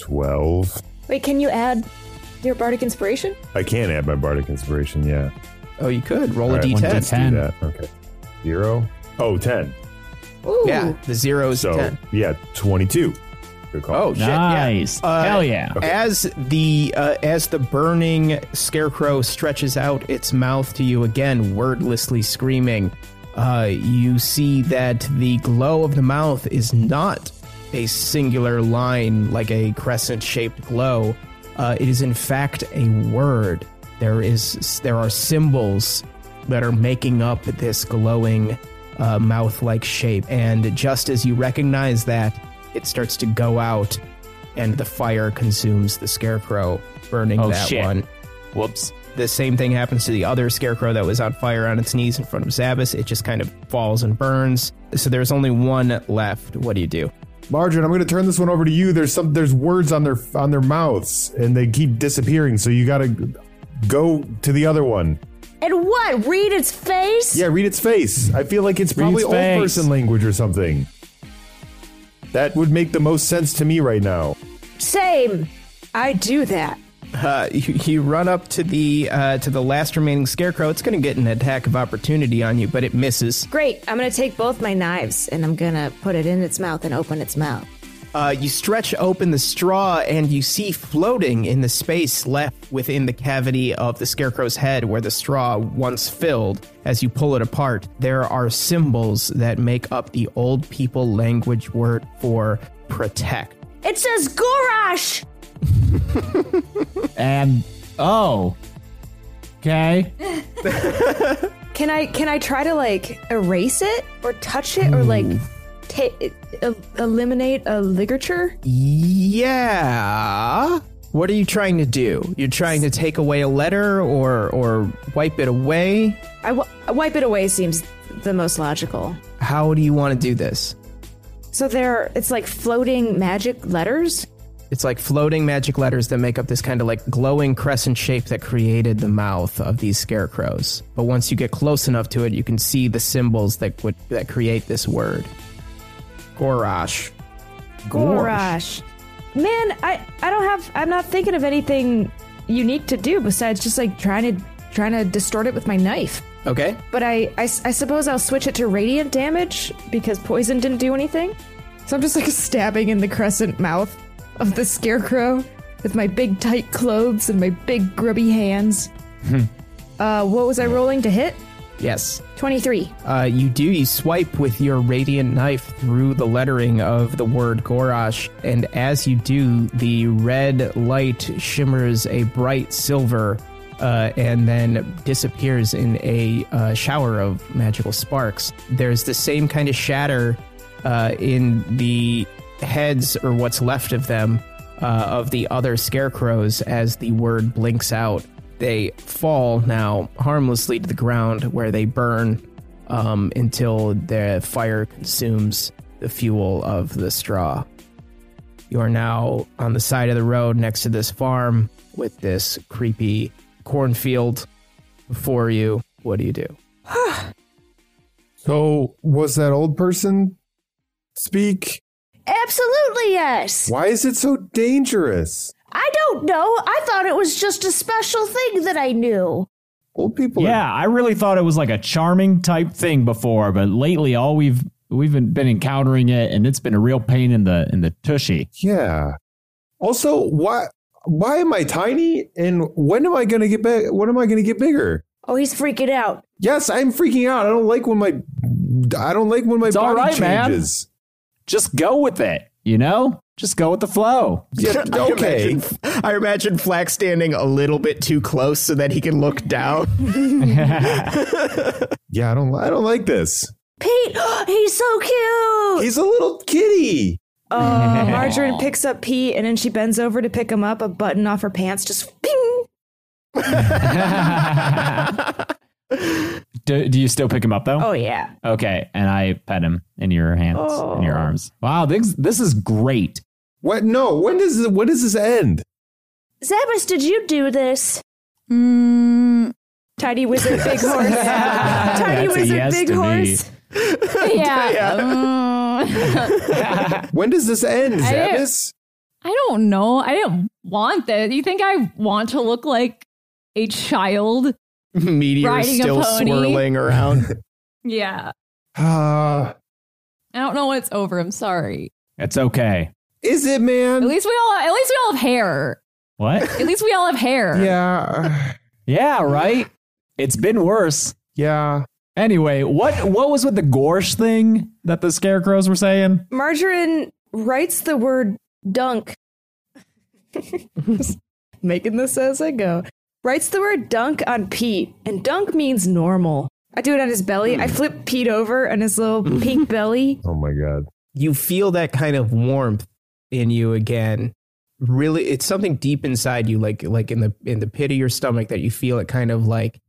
S5: 12.
S6: Wait, can you add your bardic inspiration?
S5: I can add my bardic inspiration, yeah.
S2: Oh, you could roll
S5: All right,
S2: a
S4: one
S2: d10.
S4: d10.
S5: Let's do
S4: 10.
S5: that. Okay. Zero. Oh, 10.
S2: Yeah, the zero is
S5: So,
S2: 10.
S5: yeah, 22. Good call.
S2: Oh, shit. Yeah.
S4: Nice. Hell yeah.
S2: As the uh, as the burning scarecrow stretches out its mouth to you again, wordlessly screaming, uh, you see that the glow of the mouth is not a singular line like a crescent-shaped glow. Uh, it is in fact a word. There is there are symbols that are making up this glowing uh, mouth-like shape, and just as you recognize that, it starts to go out and the fire consumes the scarecrow, burning
S4: Oh,
S2: that
S4: shit.
S2: one.
S4: Whoops.
S2: The same thing happens to the other scarecrow that was on fire on its knees in front of Zabas. It just kind of falls and burns. So there's only one left. What do you do?
S5: Margarine, I'm going to turn this one over to you. There's some. There's words on their on their mouths, and they keep disappearing. So you got to go to the other one.
S8: And what? Read its face?
S5: Yeah, read its face. I feel like it's probably
S4: its
S5: old
S4: face.
S5: person language or something. That would make the most sense to me right now.
S6: Same. I do that.
S2: Uh, you, you run up to the uh, to the last remaining scarecrow. It's going to get an attack of opportunity on you, but it misses.
S7: Great. I'm going to take both my knives and I'm going to put it in its mouth and open its mouth.
S2: Uh, you stretch open the straw and you see floating in the space left within the cavity of the scarecrow's head where the straw once filled. As you pull it apart, there are symbols that make up the old people language word for protect.
S8: It says Gorash!
S4: And oh. Okay.
S6: Can I can I try to like erase it or touch it or like ta- el- eliminate a ligature?
S2: Yeah. What are you trying to do? You're trying to take away a letter or or wipe it away?
S7: I w- wipe it away seems the most logical.
S2: How do you want to do this?
S7: So there, it's like floating magic letters.
S2: It's like floating magic letters that make up this kind of like glowing crescent shape that created the mouth of these scarecrows. But once you get close enough to it, you can see the symbols that would that create this word. Gorash.
S8: Gorash. Man, I I don't have I'm not thinking of anything unique to do besides just like trying to trying to distort it with my knife.
S2: Okay.
S8: But I, I s- I suppose I'll switch it to radiant damage because poison didn't do anything. So I'm just like (laughs) stabbing in the crescent mouth of the scarecrow with my big tight clothes and my big grubby hands. uh, what was I rolling to hit?
S2: Yes.
S8: 23.
S2: Uh, you do. You swipe with your radiant knife through the lettering of the word Gorash, and as you do, the red light shimmers a bright silver, uh, and then disappears in a uh, shower of magical sparks. There's the same kind of shatter uh, in the heads or what's left of them uh, of the other scarecrows as the word blinks out. They fall now harmlessly to the ground where they burn um, until the fire consumes the fuel of the straw. You are now on the side of the road next to this farm with this creepy cornfield before you. What do you do?
S5: So, was that old person speak?
S6: Absolutely yes.
S5: Why is it so dangerous?
S6: I don't know. I thought it was just a special thing that I knew.
S5: Old people. are-
S4: Yeah, I really thought it was like a charming type thing before, but lately all we've we've been, been encountering it, and it's been a real pain in the in the tushy.
S5: yeah. Also, why? Why am I tiny? And when am I gonna get back? When am I gonna get bigger?
S6: Oh, he's freaking out.
S5: Yes, I'm freaking out. I don't like when my. I don't like when my
S4: It's all
S5: body
S4: right, man. (laughs)
S5: changes.
S4: Just go with it, you know. Just go with the flow. (laughs)
S5: Yeah, okay.
S2: (laughs) I imagine Flack standing a little bit too close so that he can look down.
S5: Yeah, I don't. I don't like this.
S6: Pete, (gasps) he's so cute.
S5: He's a little kitty.
S8: Uh, Margarine picks up Pete and then she bends over to pick him up, a button off her pants, just ping.
S4: do, do you still pick him up though?
S8: Oh, Oh. yeah.
S4: Okay, and I pet him in your hands, in your arms. Wow, this this is great.
S5: What? No. When does this, when does this end?
S6: Zabbis, did you do this?
S8: Mm. Tidy wizard, (laughs) big horse. Tidy
S4: That's a
S8: wizard,
S4: yes
S8: big
S4: to me.
S8: horse.
S3: (laughs) yeah. (laughs) um,
S5: When does this end,
S3: I didn't-
S5: Zavis?
S3: I don't know. I didn't want that. You think I want to look like a child?
S2: Meteor
S3: Riding a
S2: still
S3: pony.
S2: swirling around.
S3: Yeah.
S5: Uh,
S3: I don't know what's over. I'm sorry.
S4: It's okay.
S5: is it,
S3: At
S5: man?
S3: least we all at least we all have hair.
S4: What?
S3: At least we all have hair. (laughs)
S5: Yeah.
S4: yeah, right. It's been worse.
S5: (laughs) Yeah.
S4: Anyway, what what was with the gorsh thing that the scarecrows were (laughs) saying?
S8: Margarine writes the word dunk. Just (laughs) Making this as I go. Writes the word dunk on Pete, and dunk means normal. I do it on his belly. I flip Pete over on his little pink belly.
S5: Oh my god.
S2: you feel that kind of warmth in you again really it's something deep inside you like like in the in the pit of your stomach that you feel it kind of like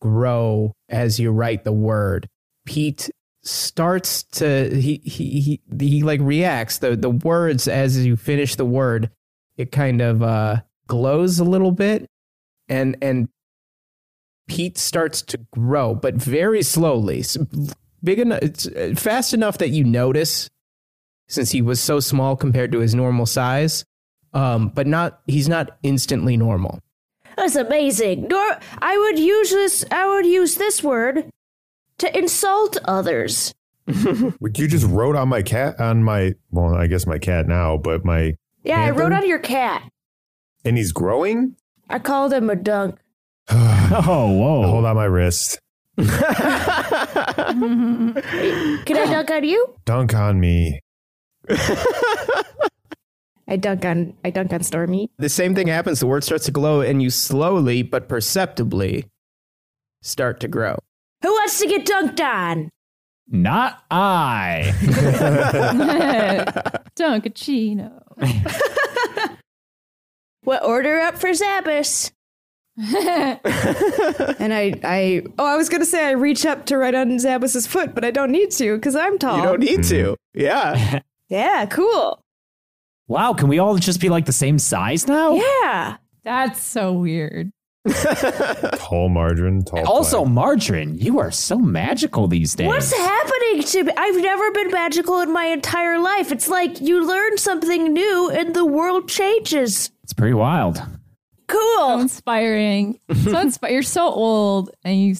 S2: grow as you write the word pete starts to he he he, he like reacts the the words as you finish the word it kind of uh glows a little bit and and pete starts to grow but very slowly s- big enough it's uh, fast enough that you notice since he was so small compared to his normal size um, but not he's not instantly normal
S6: That's amazing. Nor I would use this. I would use this word to insult others.
S5: Would You just wrote on my cat on my well, I guess my cat now, but my
S6: Yeah, I wrote
S5: Panther?
S6: out your cat.
S5: and he's growing.
S6: I called him a dunk.
S4: Oh, whoa.
S5: Hold on my wrist.
S6: Can I dunk on you?
S5: Dunk on me.
S8: (coughs) I dunk on I dunk on Stormy.
S2: the same thing happens the word starts to glow and you slowly but perceptibly start to grow
S6: Who wants to get dunked on?
S4: Not I. (laughs)
S3: Dunkachino.
S6: What order up for Zabbis?
S8: And I I oh I was gonna say I reach up to write on Zabus's foot, but I don't need to because I'm
S2: (laughs)
S8: tall.
S2: you don't need to yeah
S8: yeah, cool.
S4: Wow, can we all just be like the same size now?
S6: Yeah.
S3: That's so weird.
S5: Tall margarine, tall.
S4: Also, margarine, you are so magical these days.
S8: What's happening to me? I've never been magical in my entire life. It's like you learn something new and the world changes.
S4: It's pretty wild.
S8: Cool.
S3: So inspiring. so inspi- You're so old, and you,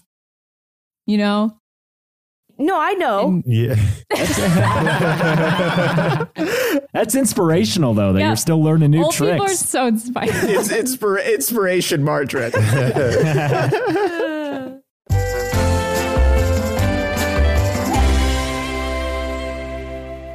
S3: you know,
S8: No, I know.
S5: Yeah.
S4: That's inspirational, though, that
S3: Yeah.
S4: you're still learning new
S3: old people are
S4: tricks.
S3: so inspiring.
S9: It's inspira- inspiration, Margaret.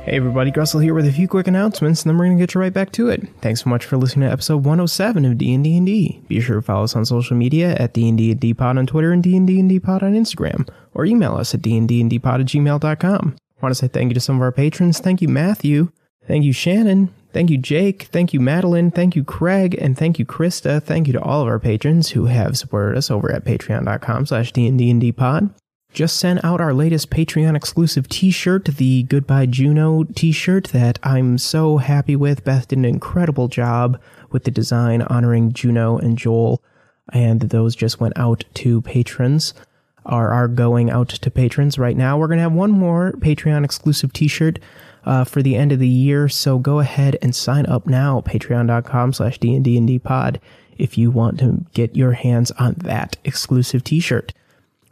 S2: Hey everybody, Grusel here with a few quick announcements, and then we're going to get you right back to it. Thanks so much for listening to episode 107 of D&D and D. Be sure to follow us on social media at D&D and D Pod on Twitter and D&D and D Pod on Instagram, or email us at D and D Pod at gmail.com. want to say thank you to some of our patrons. Thank you, Matthew. Thank you, Shannon. Thank you, Jake. Thank you, Madeline. Thank you, Craig. And thank you, Krista. Thank you to all of our patrons who have supported us over at patreon.com slash D&D Pod just sent out our latest Patreon exclusive t-shirt, the Goodbye Juno t-shirt that I'm so happy with. Beth did an incredible job with the design honoring Juno and Joel, and those just went out to patrons are are going out to patrons right now. We're gonna have one more Patreon exclusive T-shirt uh, for the end of the year, so go ahead and sign up now. Patreon.com/slash dndndpod if you want to get your hands on that exclusive T-shirt.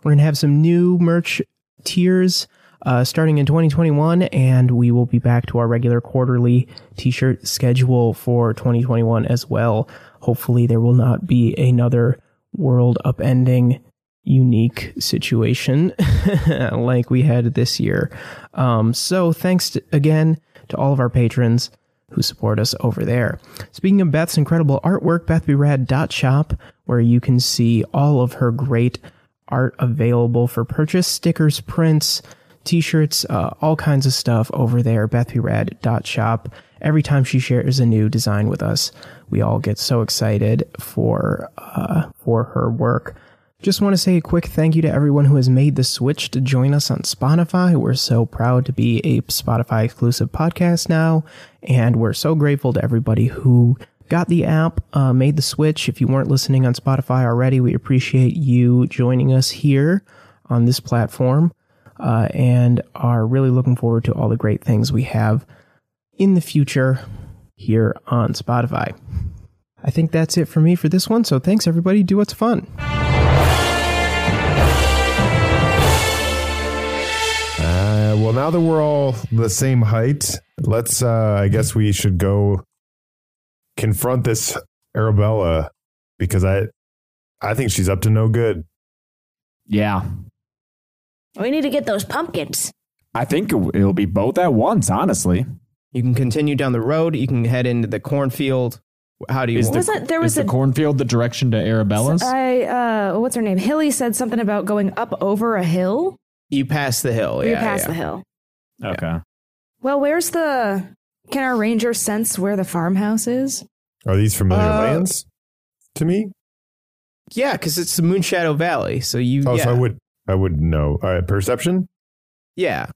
S2: We're gonna have some new merch tiers uh, starting in 2021, and we will be back to our regular quarterly T-shirt schedule for 2021 as well. Hopefully, there will not be another world upending unique situation (laughs) like we had this year. Um, so thanks to, again to all of our patrons who support us over there. Speaking of Beth's incredible artwork, bethbyrad.shop, where you can see all of her great art available for purchase, stickers, prints, t-shirts, uh, all kinds of stuff over there, bethbyrad.shop. Every time she shares a new design with us, we all get so excited for uh, for her work. Just want to say a quick thank you to everyone who has made the switch to join us on Spotify. We're so proud to be a Spotify exclusive podcast now, and we're so grateful to everybody who got the app, uh, made the switch. If you weren't listening on Spotify already, we appreciate you joining us here on this platform uh, and are really looking forward to all the great things we have in the future here on Spotify. I think that's it for me for this one. So thanks, everybody. Do what's fun.
S5: Uh, well, now that we're all the same height, let's. Uh, I guess we should go confront this Arabella because I, I think she's up to no good.
S4: Yeah.
S8: We need to get those pumpkins.
S4: I think it- it'll be both at once, honestly.
S9: you can continue down the road. You can head into the cornfield. How do you
S4: Is
S9: want?
S4: the,
S6: Wasn't- there
S4: is
S6: was
S4: the
S6: a-
S4: cornfield the direction to Arabella's?
S6: I uh what's her name? Hilly said something about going up over a hill.
S9: you pass the
S2: Oh,
S9: hill.
S6: We
S9: yeah,
S6: pass
S9: yeah.
S6: the hill.
S4: okay.
S6: Well, where's the can our ranger sense where the farmhouse is?
S5: Are these familiar
S9: Uh,
S5: lands to me?
S9: Yeah, because it's the Moonshadow Valley. So you,
S5: Oh,
S9: yeah,
S5: so I would, I would know. All right, perception.
S9: yeah.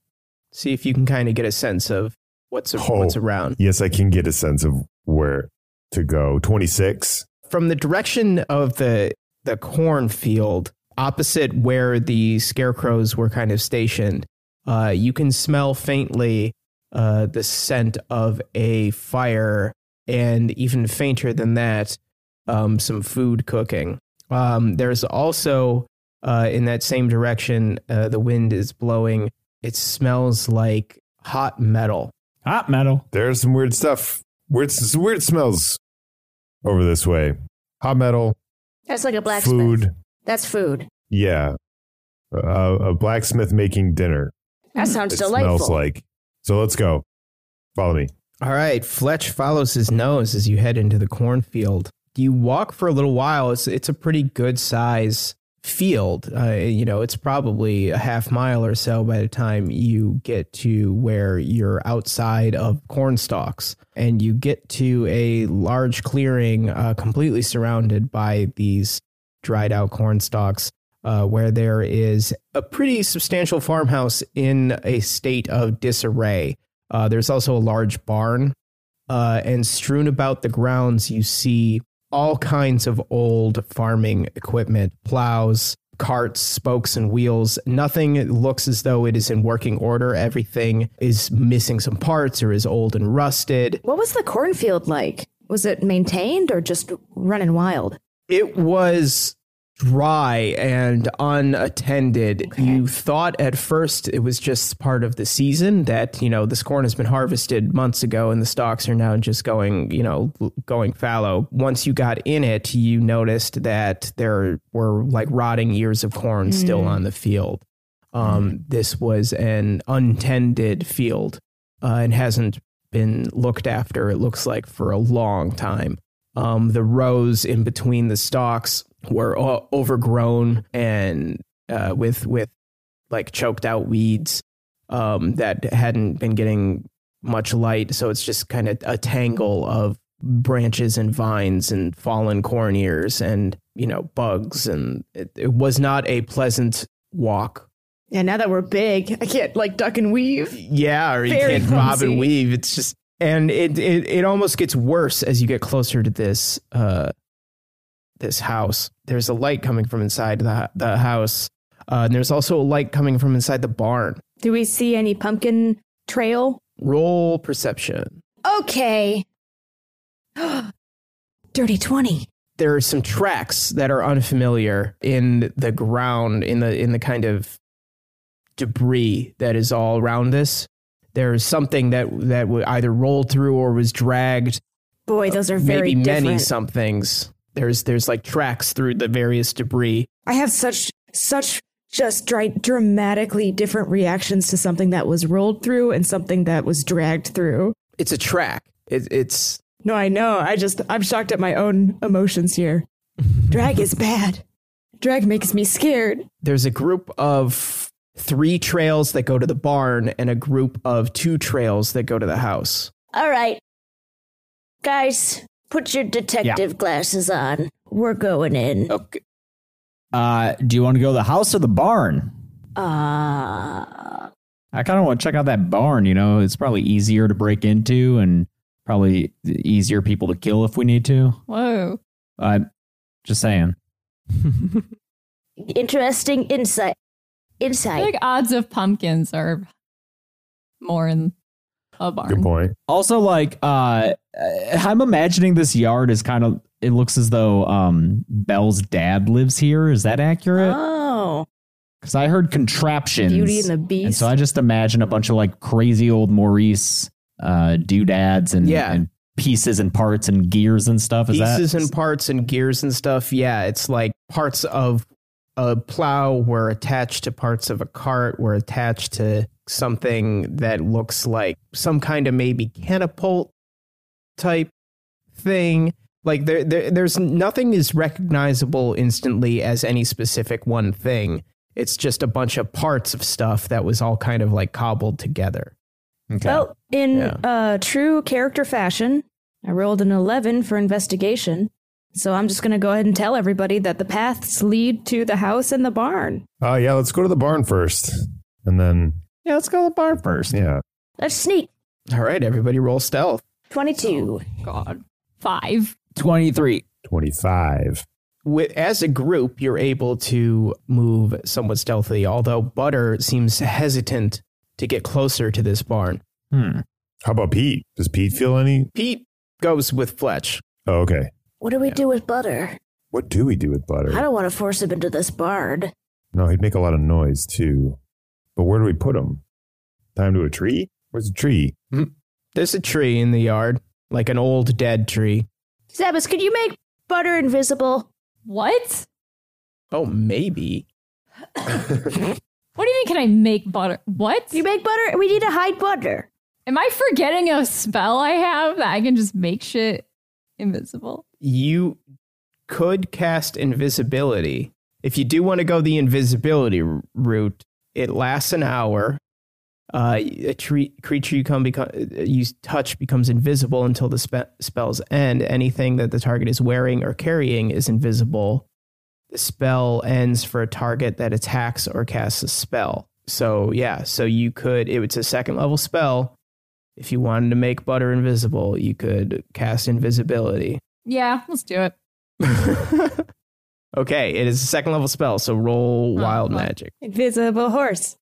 S9: See if you can kind of get a sense of what's
S5: Oh.
S9: what's around
S5: Yes, I can get a sense of where to go. Twenty six.
S9: from the direction of the the cornfield opposite where the scarecrows were kind of stationed. Uh, you can smell faintly uh, the scent of a fire, and even fainter than that, um, some food cooking. Um, there's also uh, in that same direction, uh, the wind is blowing. It smells like hot metal.
S4: Hot metal.
S5: There's some weird stuff. Weird, some weird smells over this way. Hot metal,
S8: That's like a blacksmith.
S5: food.
S8: That's food.
S5: Yeah, uh, a blacksmith making dinner.
S8: That
S7: Hmm.
S8: sounds
S5: it
S8: delightful.
S5: smells like. So let's go. Follow me.
S9: All right, Fletch follows his nose as you head into the cornfield. You walk for a little while. It's it's a pretty good size field. Uh, you know, it's probably a half mile or so by the time you get to where you're outside of corn stalks, and you get to a large clearing, uh, completely surrounded by these dried out corn stalks. Uh, where there is a pretty substantial farmhouse in a state of disarray. Uh, there's also a large barn
S2: uh, and strewn about the grounds, you see all kinds of old farming equipment, plows, carts, spokes, and wheels. Nothing looks as though it is in working order. Everything is missing some parts or is old and rusted.
S7: What was the cornfield like? Was it maintained or just running wild?
S2: it was dry and unattended. You thought at first it was just part of the season that, you know, this corn has been harvested months ago and the stalks are now just going, you know, going fallow. Once you got in it, you noticed that there were like rotting ears of corn still on the field. Um, this was an untended field uh, and hasn't been looked after, it looks like, for a long time. Um, the rows in between the stalks were o- overgrown and uh, with with like choked out weeds um, that hadn't been getting much light. So it's just kind of a tangle of branches and vines and fallen corn ears and you know bugs and it, it was not a pleasant walk.
S6: Yeah, now that we're big, I can't like duck and weave.
S2: Yeah, or you
S6: Very
S2: can't bob and
S6: clumsy.
S2: weave. It's just and it, it it almost gets worse as you get closer to this uh this house. There's a light coming from inside the the house. Uh, and there's also a light coming from inside the barn.
S7: Do we see any pumpkin trail?
S2: Roll perception.
S7: Okay. Dirty 20.
S2: There are some tracks that are unfamiliar in the ground in the in the kind of debris that is all around this. There is something that that would either rolled through or was dragged
S7: Boy, those are very
S2: maybe
S7: different.
S2: many somethings. There's there's like tracks through the various debris.
S6: I have such such just dry, dramatically different reactions to something that was rolled through and something that was dragged through.
S2: It's a track. It, it's
S6: No, I know. I just I'm shocked at my own emotions here. Drag is bad. Drag makes me scared.
S2: there's a group of three trails that go to the barn and a group of two trails that go to the house.
S8: All right. Guys, put your detective glasses on. We're going in.
S4: Okay. Uh, do you want to go to the house or the barn?
S8: Uh,
S4: I kind of want to check out that barn. You know, it's probably easier to break into and probably easier people to kill if we need to.
S3: Whoa.
S4: Uh,
S7: (laughs)
S4: just saying.
S8: interesting insight.
S3: I feel
S8: Insight.
S3: like odds of pumpkins are more in a barn.
S5: Good point.
S4: Also, like, uh, I'm imagining this yard is kind of. It looks as though um, Belle's dad lives here. Is that accurate?
S7: Oh.
S4: Because I heard contraptions.
S7: Beauty and the Beast.
S4: And so I just imagine a bunch of like crazy old Maurice uh, doodads and,
S2: Yeah.
S4: and pieces and parts and gears and stuff. Is
S2: Pieces
S4: that
S2: and parts and gears and stuff. Yeah, it's like parts of a plow were attached to parts of a cart were attached to something that looks like some kind of maybe catapult type thing. Like there, there there's nothing is recognizable instantly as any specific one thing. It's just a bunch of parts of stuff that was all kind of like cobbled together.
S4: okay.
S7: Well, in
S2: Yeah.
S7: uh, true character fashion, I rolled an 11 for investigation. So I'm just going to go ahead and tell everybody that the paths lead to the house and the barn.
S5: Uh, yeah, let's go to the barn first. And then,
S4: yeah, let's go to the barn first.
S5: yeah.
S8: Let's sneak.
S2: All right, everybody roll stealth.
S8: 22.
S3: God. Five.
S4: 23.
S5: 25.
S2: with as a group you're able to move somewhat stealthily although butter seems hesitant to get closer to this barn
S4: Hmm.
S5: How about Pete? Does Pete feel any?
S2: pete goes with fletch
S5: Oh, okay.
S8: What do we do with butter?
S5: What do we do with butter?
S8: I don't want to force him into this barn.
S5: No, he'd make a lot of noise too. But where do we put him? Time to a tree? Where's the tree?
S2: there's a tree in the yard like an old dead tree
S8: Zabas, could you make butter invisible?
S3: What?
S2: oh maybe
S3: What do you mean? Can I make butter? What?
S8: You make butter? We need to hide butter.
S3: Am I forgetting a spell I have that I can just make shit invisible?
S2: you could cast invisibility if you do want to go the invisibility r- route it lasts an hour uh, a tree, creature you come become uh, you touch becomes invisible until the spe- spell's end. Anything that the target is wearing or carrying is invisible. The spell ends for a target that attacks or casts a spell. So yeah, so you could it, it's a second level spell. If you wanted to make butter invisible, you could cast invisibility.
S3: Yeah, let's do it.
S2: Okay, it is a second level spell, so roll wild
S3: fuck.
S2: magic.
S6: Invisible horse.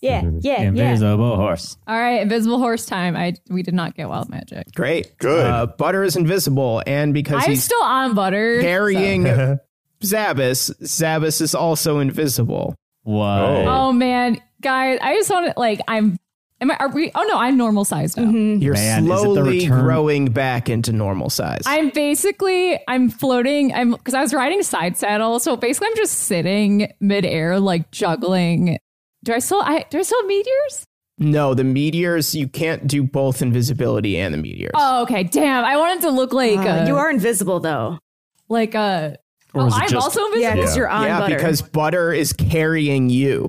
S7: Yeah, yeah, yeah.
S4: Invisible horse.
S3: All right, invisible horse time. I we did not get wild magic.
S2: Great.
S5: Good.
S2: Uh, butter is invisible, and because
S3: I'm
S2: he's
S3: still on butter.
S2: carrying
S4: (laughs)
S2: Zabas, Zabas is also invisible.
S4: What?
S3: so- Oh man, guys, I just want to like I'm. Am I? Are we? Oh no, I'm normal size now.
S2: You're
S4: Man, is it the
S2: slowly
S4: return-
S2: growing back into normal size.
S3: (laughs) I'm basically I'm floating. I'm because I was riding side saddle, so basically I'm just sitting midair, like juggling. Do I still? I do I still have meteors?
S2: no, the meteors, you can't do both invisibility and the meteors.
S3: Oh, okay. Damn, I wanted to look like
S7: Uh,
S3: a,
S7: you are invisible though.
S3: like a.
S4: Or
S3: Oh,
S4: was it
S3: I'm
S4: just-
S3: also
S6: Yeah,
S3: invisible.
S6: because
S5: Yeah.
S6: you're on
S2: yeah,
S6: butter.
S2: because butter is carrying you.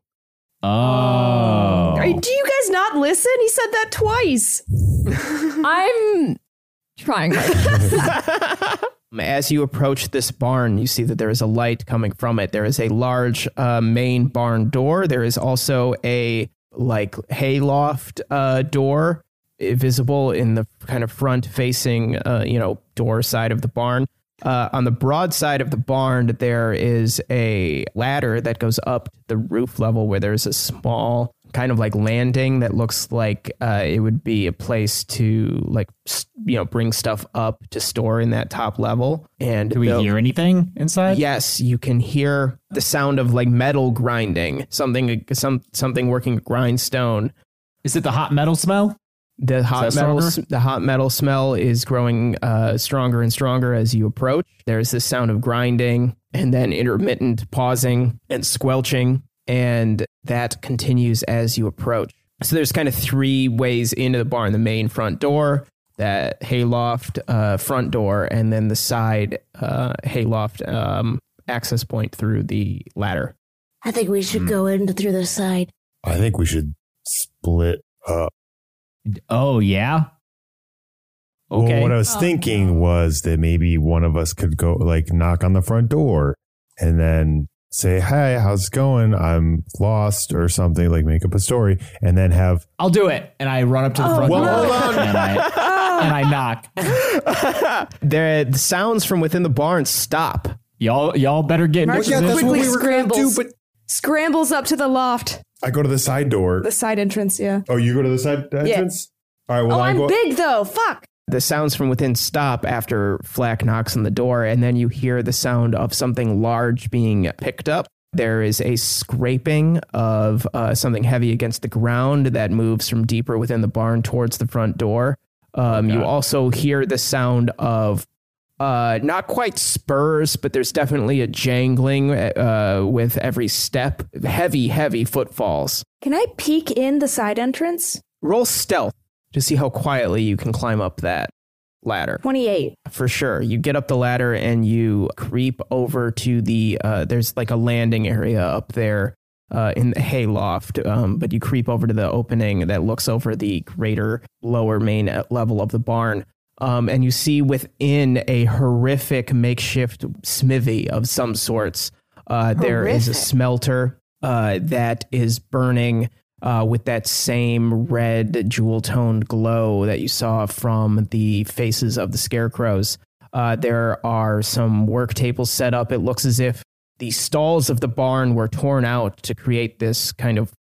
S4: Oh.
S6: Are- do you guys not listen? He said that twice.
S3: I'm trying. hard. (laughs)
S2: Um, As you approach this barn, you see that there is a light coming from it. There is a large uh, main barn door. There is also a like hayloft uh, door eh, visible in the kind of front facing, uh, you know, door side of the barn. Uh, on the broad side of the barn, there is a ladder that goes up to the roof level where there's a small kind of like landing that looks like uh, it would be a place to like, s- you know, bring stuff up to store in that top level. And
S4: Do we
S2: the-
S4: hear anything inside?
S2: Yes, you can hear the sound of like metal grinding, something, some something working grindstone.
S4: Is it the hot metal smell?
S2: The hot
S4: that
S2: metal,
S4: stronger?
S2: the hot metal smell is growing uh, stronger and stronger as you approach. There's this sound of grinding and then intermittent pausing and squelching, and that continues as you approach. So there's kind of three ways into the barn: the main front door, that hayloft uh, front door, and then the side uh, hayloft um, access point through the ladder.
S8: I think we should go in through the side.
S5: I think we should split up.
S4: Oh yeah.
S5: Well,
S4: Okay.
S5: what I was
S3: Oh.
S5: thinking was that maybe one of us could go like knock on the front door and then say, Hey, how's it going? I'm lost or something, like make up a story and then have
S4: I'll do it. And I run up to the front
S5: Well,
S4: door
S5: hold on.
S4: and I and I knock.
S2: There, the sounds from within the barn stop.
S4: Y'all y'all better get in
S10: Well, yeah, that's what
S6: quickly
S10: we were going to do,
S6: scrambles.
S10: but
S6: Scrambles up to the loft,
S5: I go to the side door.
S6: the side entrance. Yeah.
S5: Oh, you go to the side entrance? All right, well,
S6: oh,
S5: I
S6: I'm
S5: go.
S6: big though. Fuck.
S2: the sounds from within stop after Flack knocks on the door, and then you hear the sound of something large being picked up. There is a scraping of uh, something heavy against the ground that moves from deeper within the barn towards the front door. Um, you also hear the sound of uh, not quite spurs, but there's definitely a jangling uh, with every step. Heavy, heavy footfalls.
S6: Can I peek in the side entrance?
S2: Roll stealth to see how quietly you can climb up that ladder.
S7: 28.
S2: for sure you get up the ladder and you creep over to the uh, there's like a landing area up there uh, in the hayloft um, but you creep over to the opening that looks over the greater lower main uh, level of the barn um, and you see within a horrific makeshift smithy of some sorts uh, there is a
S6: Horrific.
S2: smelter uh, that is burning uh, with that same red jewel toned glow that you saw from the faces of the scarecrows. Uh, there are some work tables set up. It looks as if the stalls of the barn were torn out to create this kind of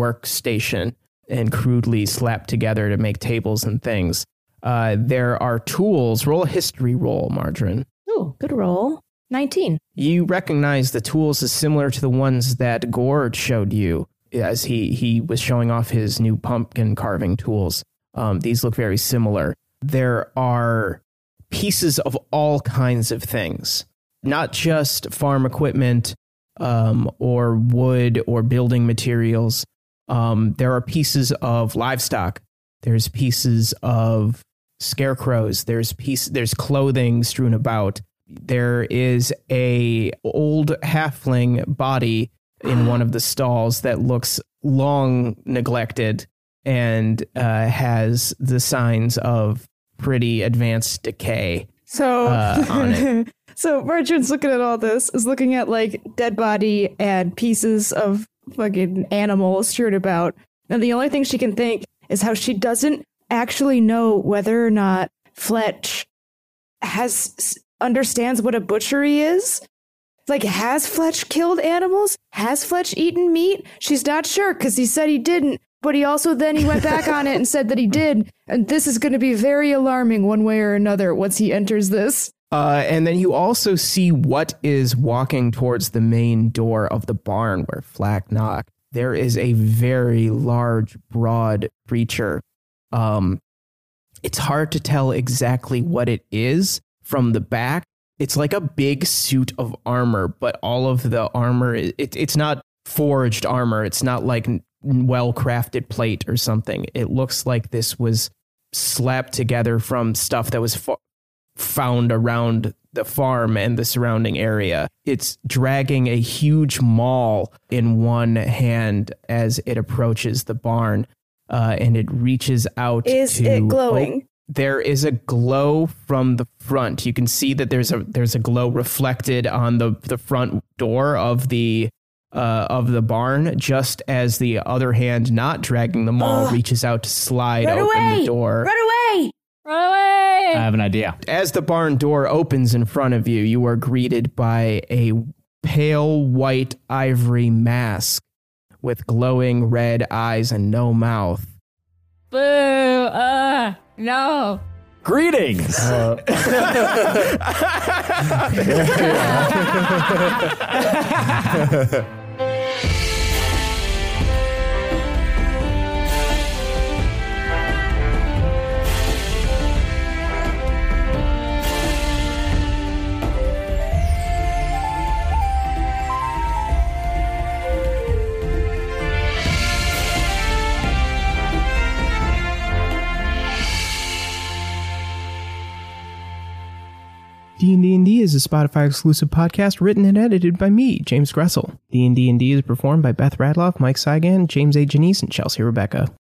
S2: workstation and crudely slapped together to make tables and things. Uh, there are tools. Roll a history roll, Margarine.
S7: Ooh, good roll. 19.
S2: You recognize the tools as similar to the ones that Gord showed you as he, he was showing off his new pumpkin carving tools. Um, these look very similar. There are pieces of all kinds of things, not just farm equipment um, or wood or building materials. Um, there are pieces of livestock. There's pieces of scarecrows. There's piece. There's clothing strewn about. There is a old halfling body in one of the stalls that looks long neglected and uh, has the signs of pretty advanced decay.
S6: So,
S2: Uh, on
S6: (laughs) so Marjorie's looking at all this, is looking at like dead body and pieces of fucking animals strewn about, and the only thing she can think is how she doesn't actually know whether or not Fletch has understands what a butchery is. Like, has Fletch killed animals? Has Fletch eaten meat? She's not sure because he said he didn't, but he also then he went back on it and said that he did. And this is going to be very alarming one way or another once he enters this.
S2: Uh, and then you also see what is walking towards the main door of the barn where Flack knocked. There is a very large, broad creature. Um, it's hard to tell exactly what it is from the back. It's like a big suit of armor, but all of the armor, i- it, it's not forged armor. It's not like well crafted plate or something. It looks like this was slapped together from stuff that was fo- found around the farm and the surrounding area. It's dragging a huge maul in one hand as it approaches the barn, uh, and it reaches out.
S6: Is
S2: to-
S6: it glowing?
S2: Oh, there is a glow from the front. You can see that there's a there's a glow reflected on the the front door of the. Uh, of the barn, just as the other hand, not dragging the maul, reaches out to slide
S8: Run
S2: open
S8: away!
S2: the door
S8: Run away!
S3: Run away!
S4: I have an idea.
S2: as the barn door opens in front of you, you are greeted by a pale white ivory mask with glowing red eyes and no mouth.
S3: Boo! Uh, no.
S4: Greetings.
S1: D&D&D is a Spotify exclusive podcast written and edited by me, James Gressel. D&D&D is performed by Beth Radloff, Mike Saigan, James A. Janice, and Chelsea Rebecca.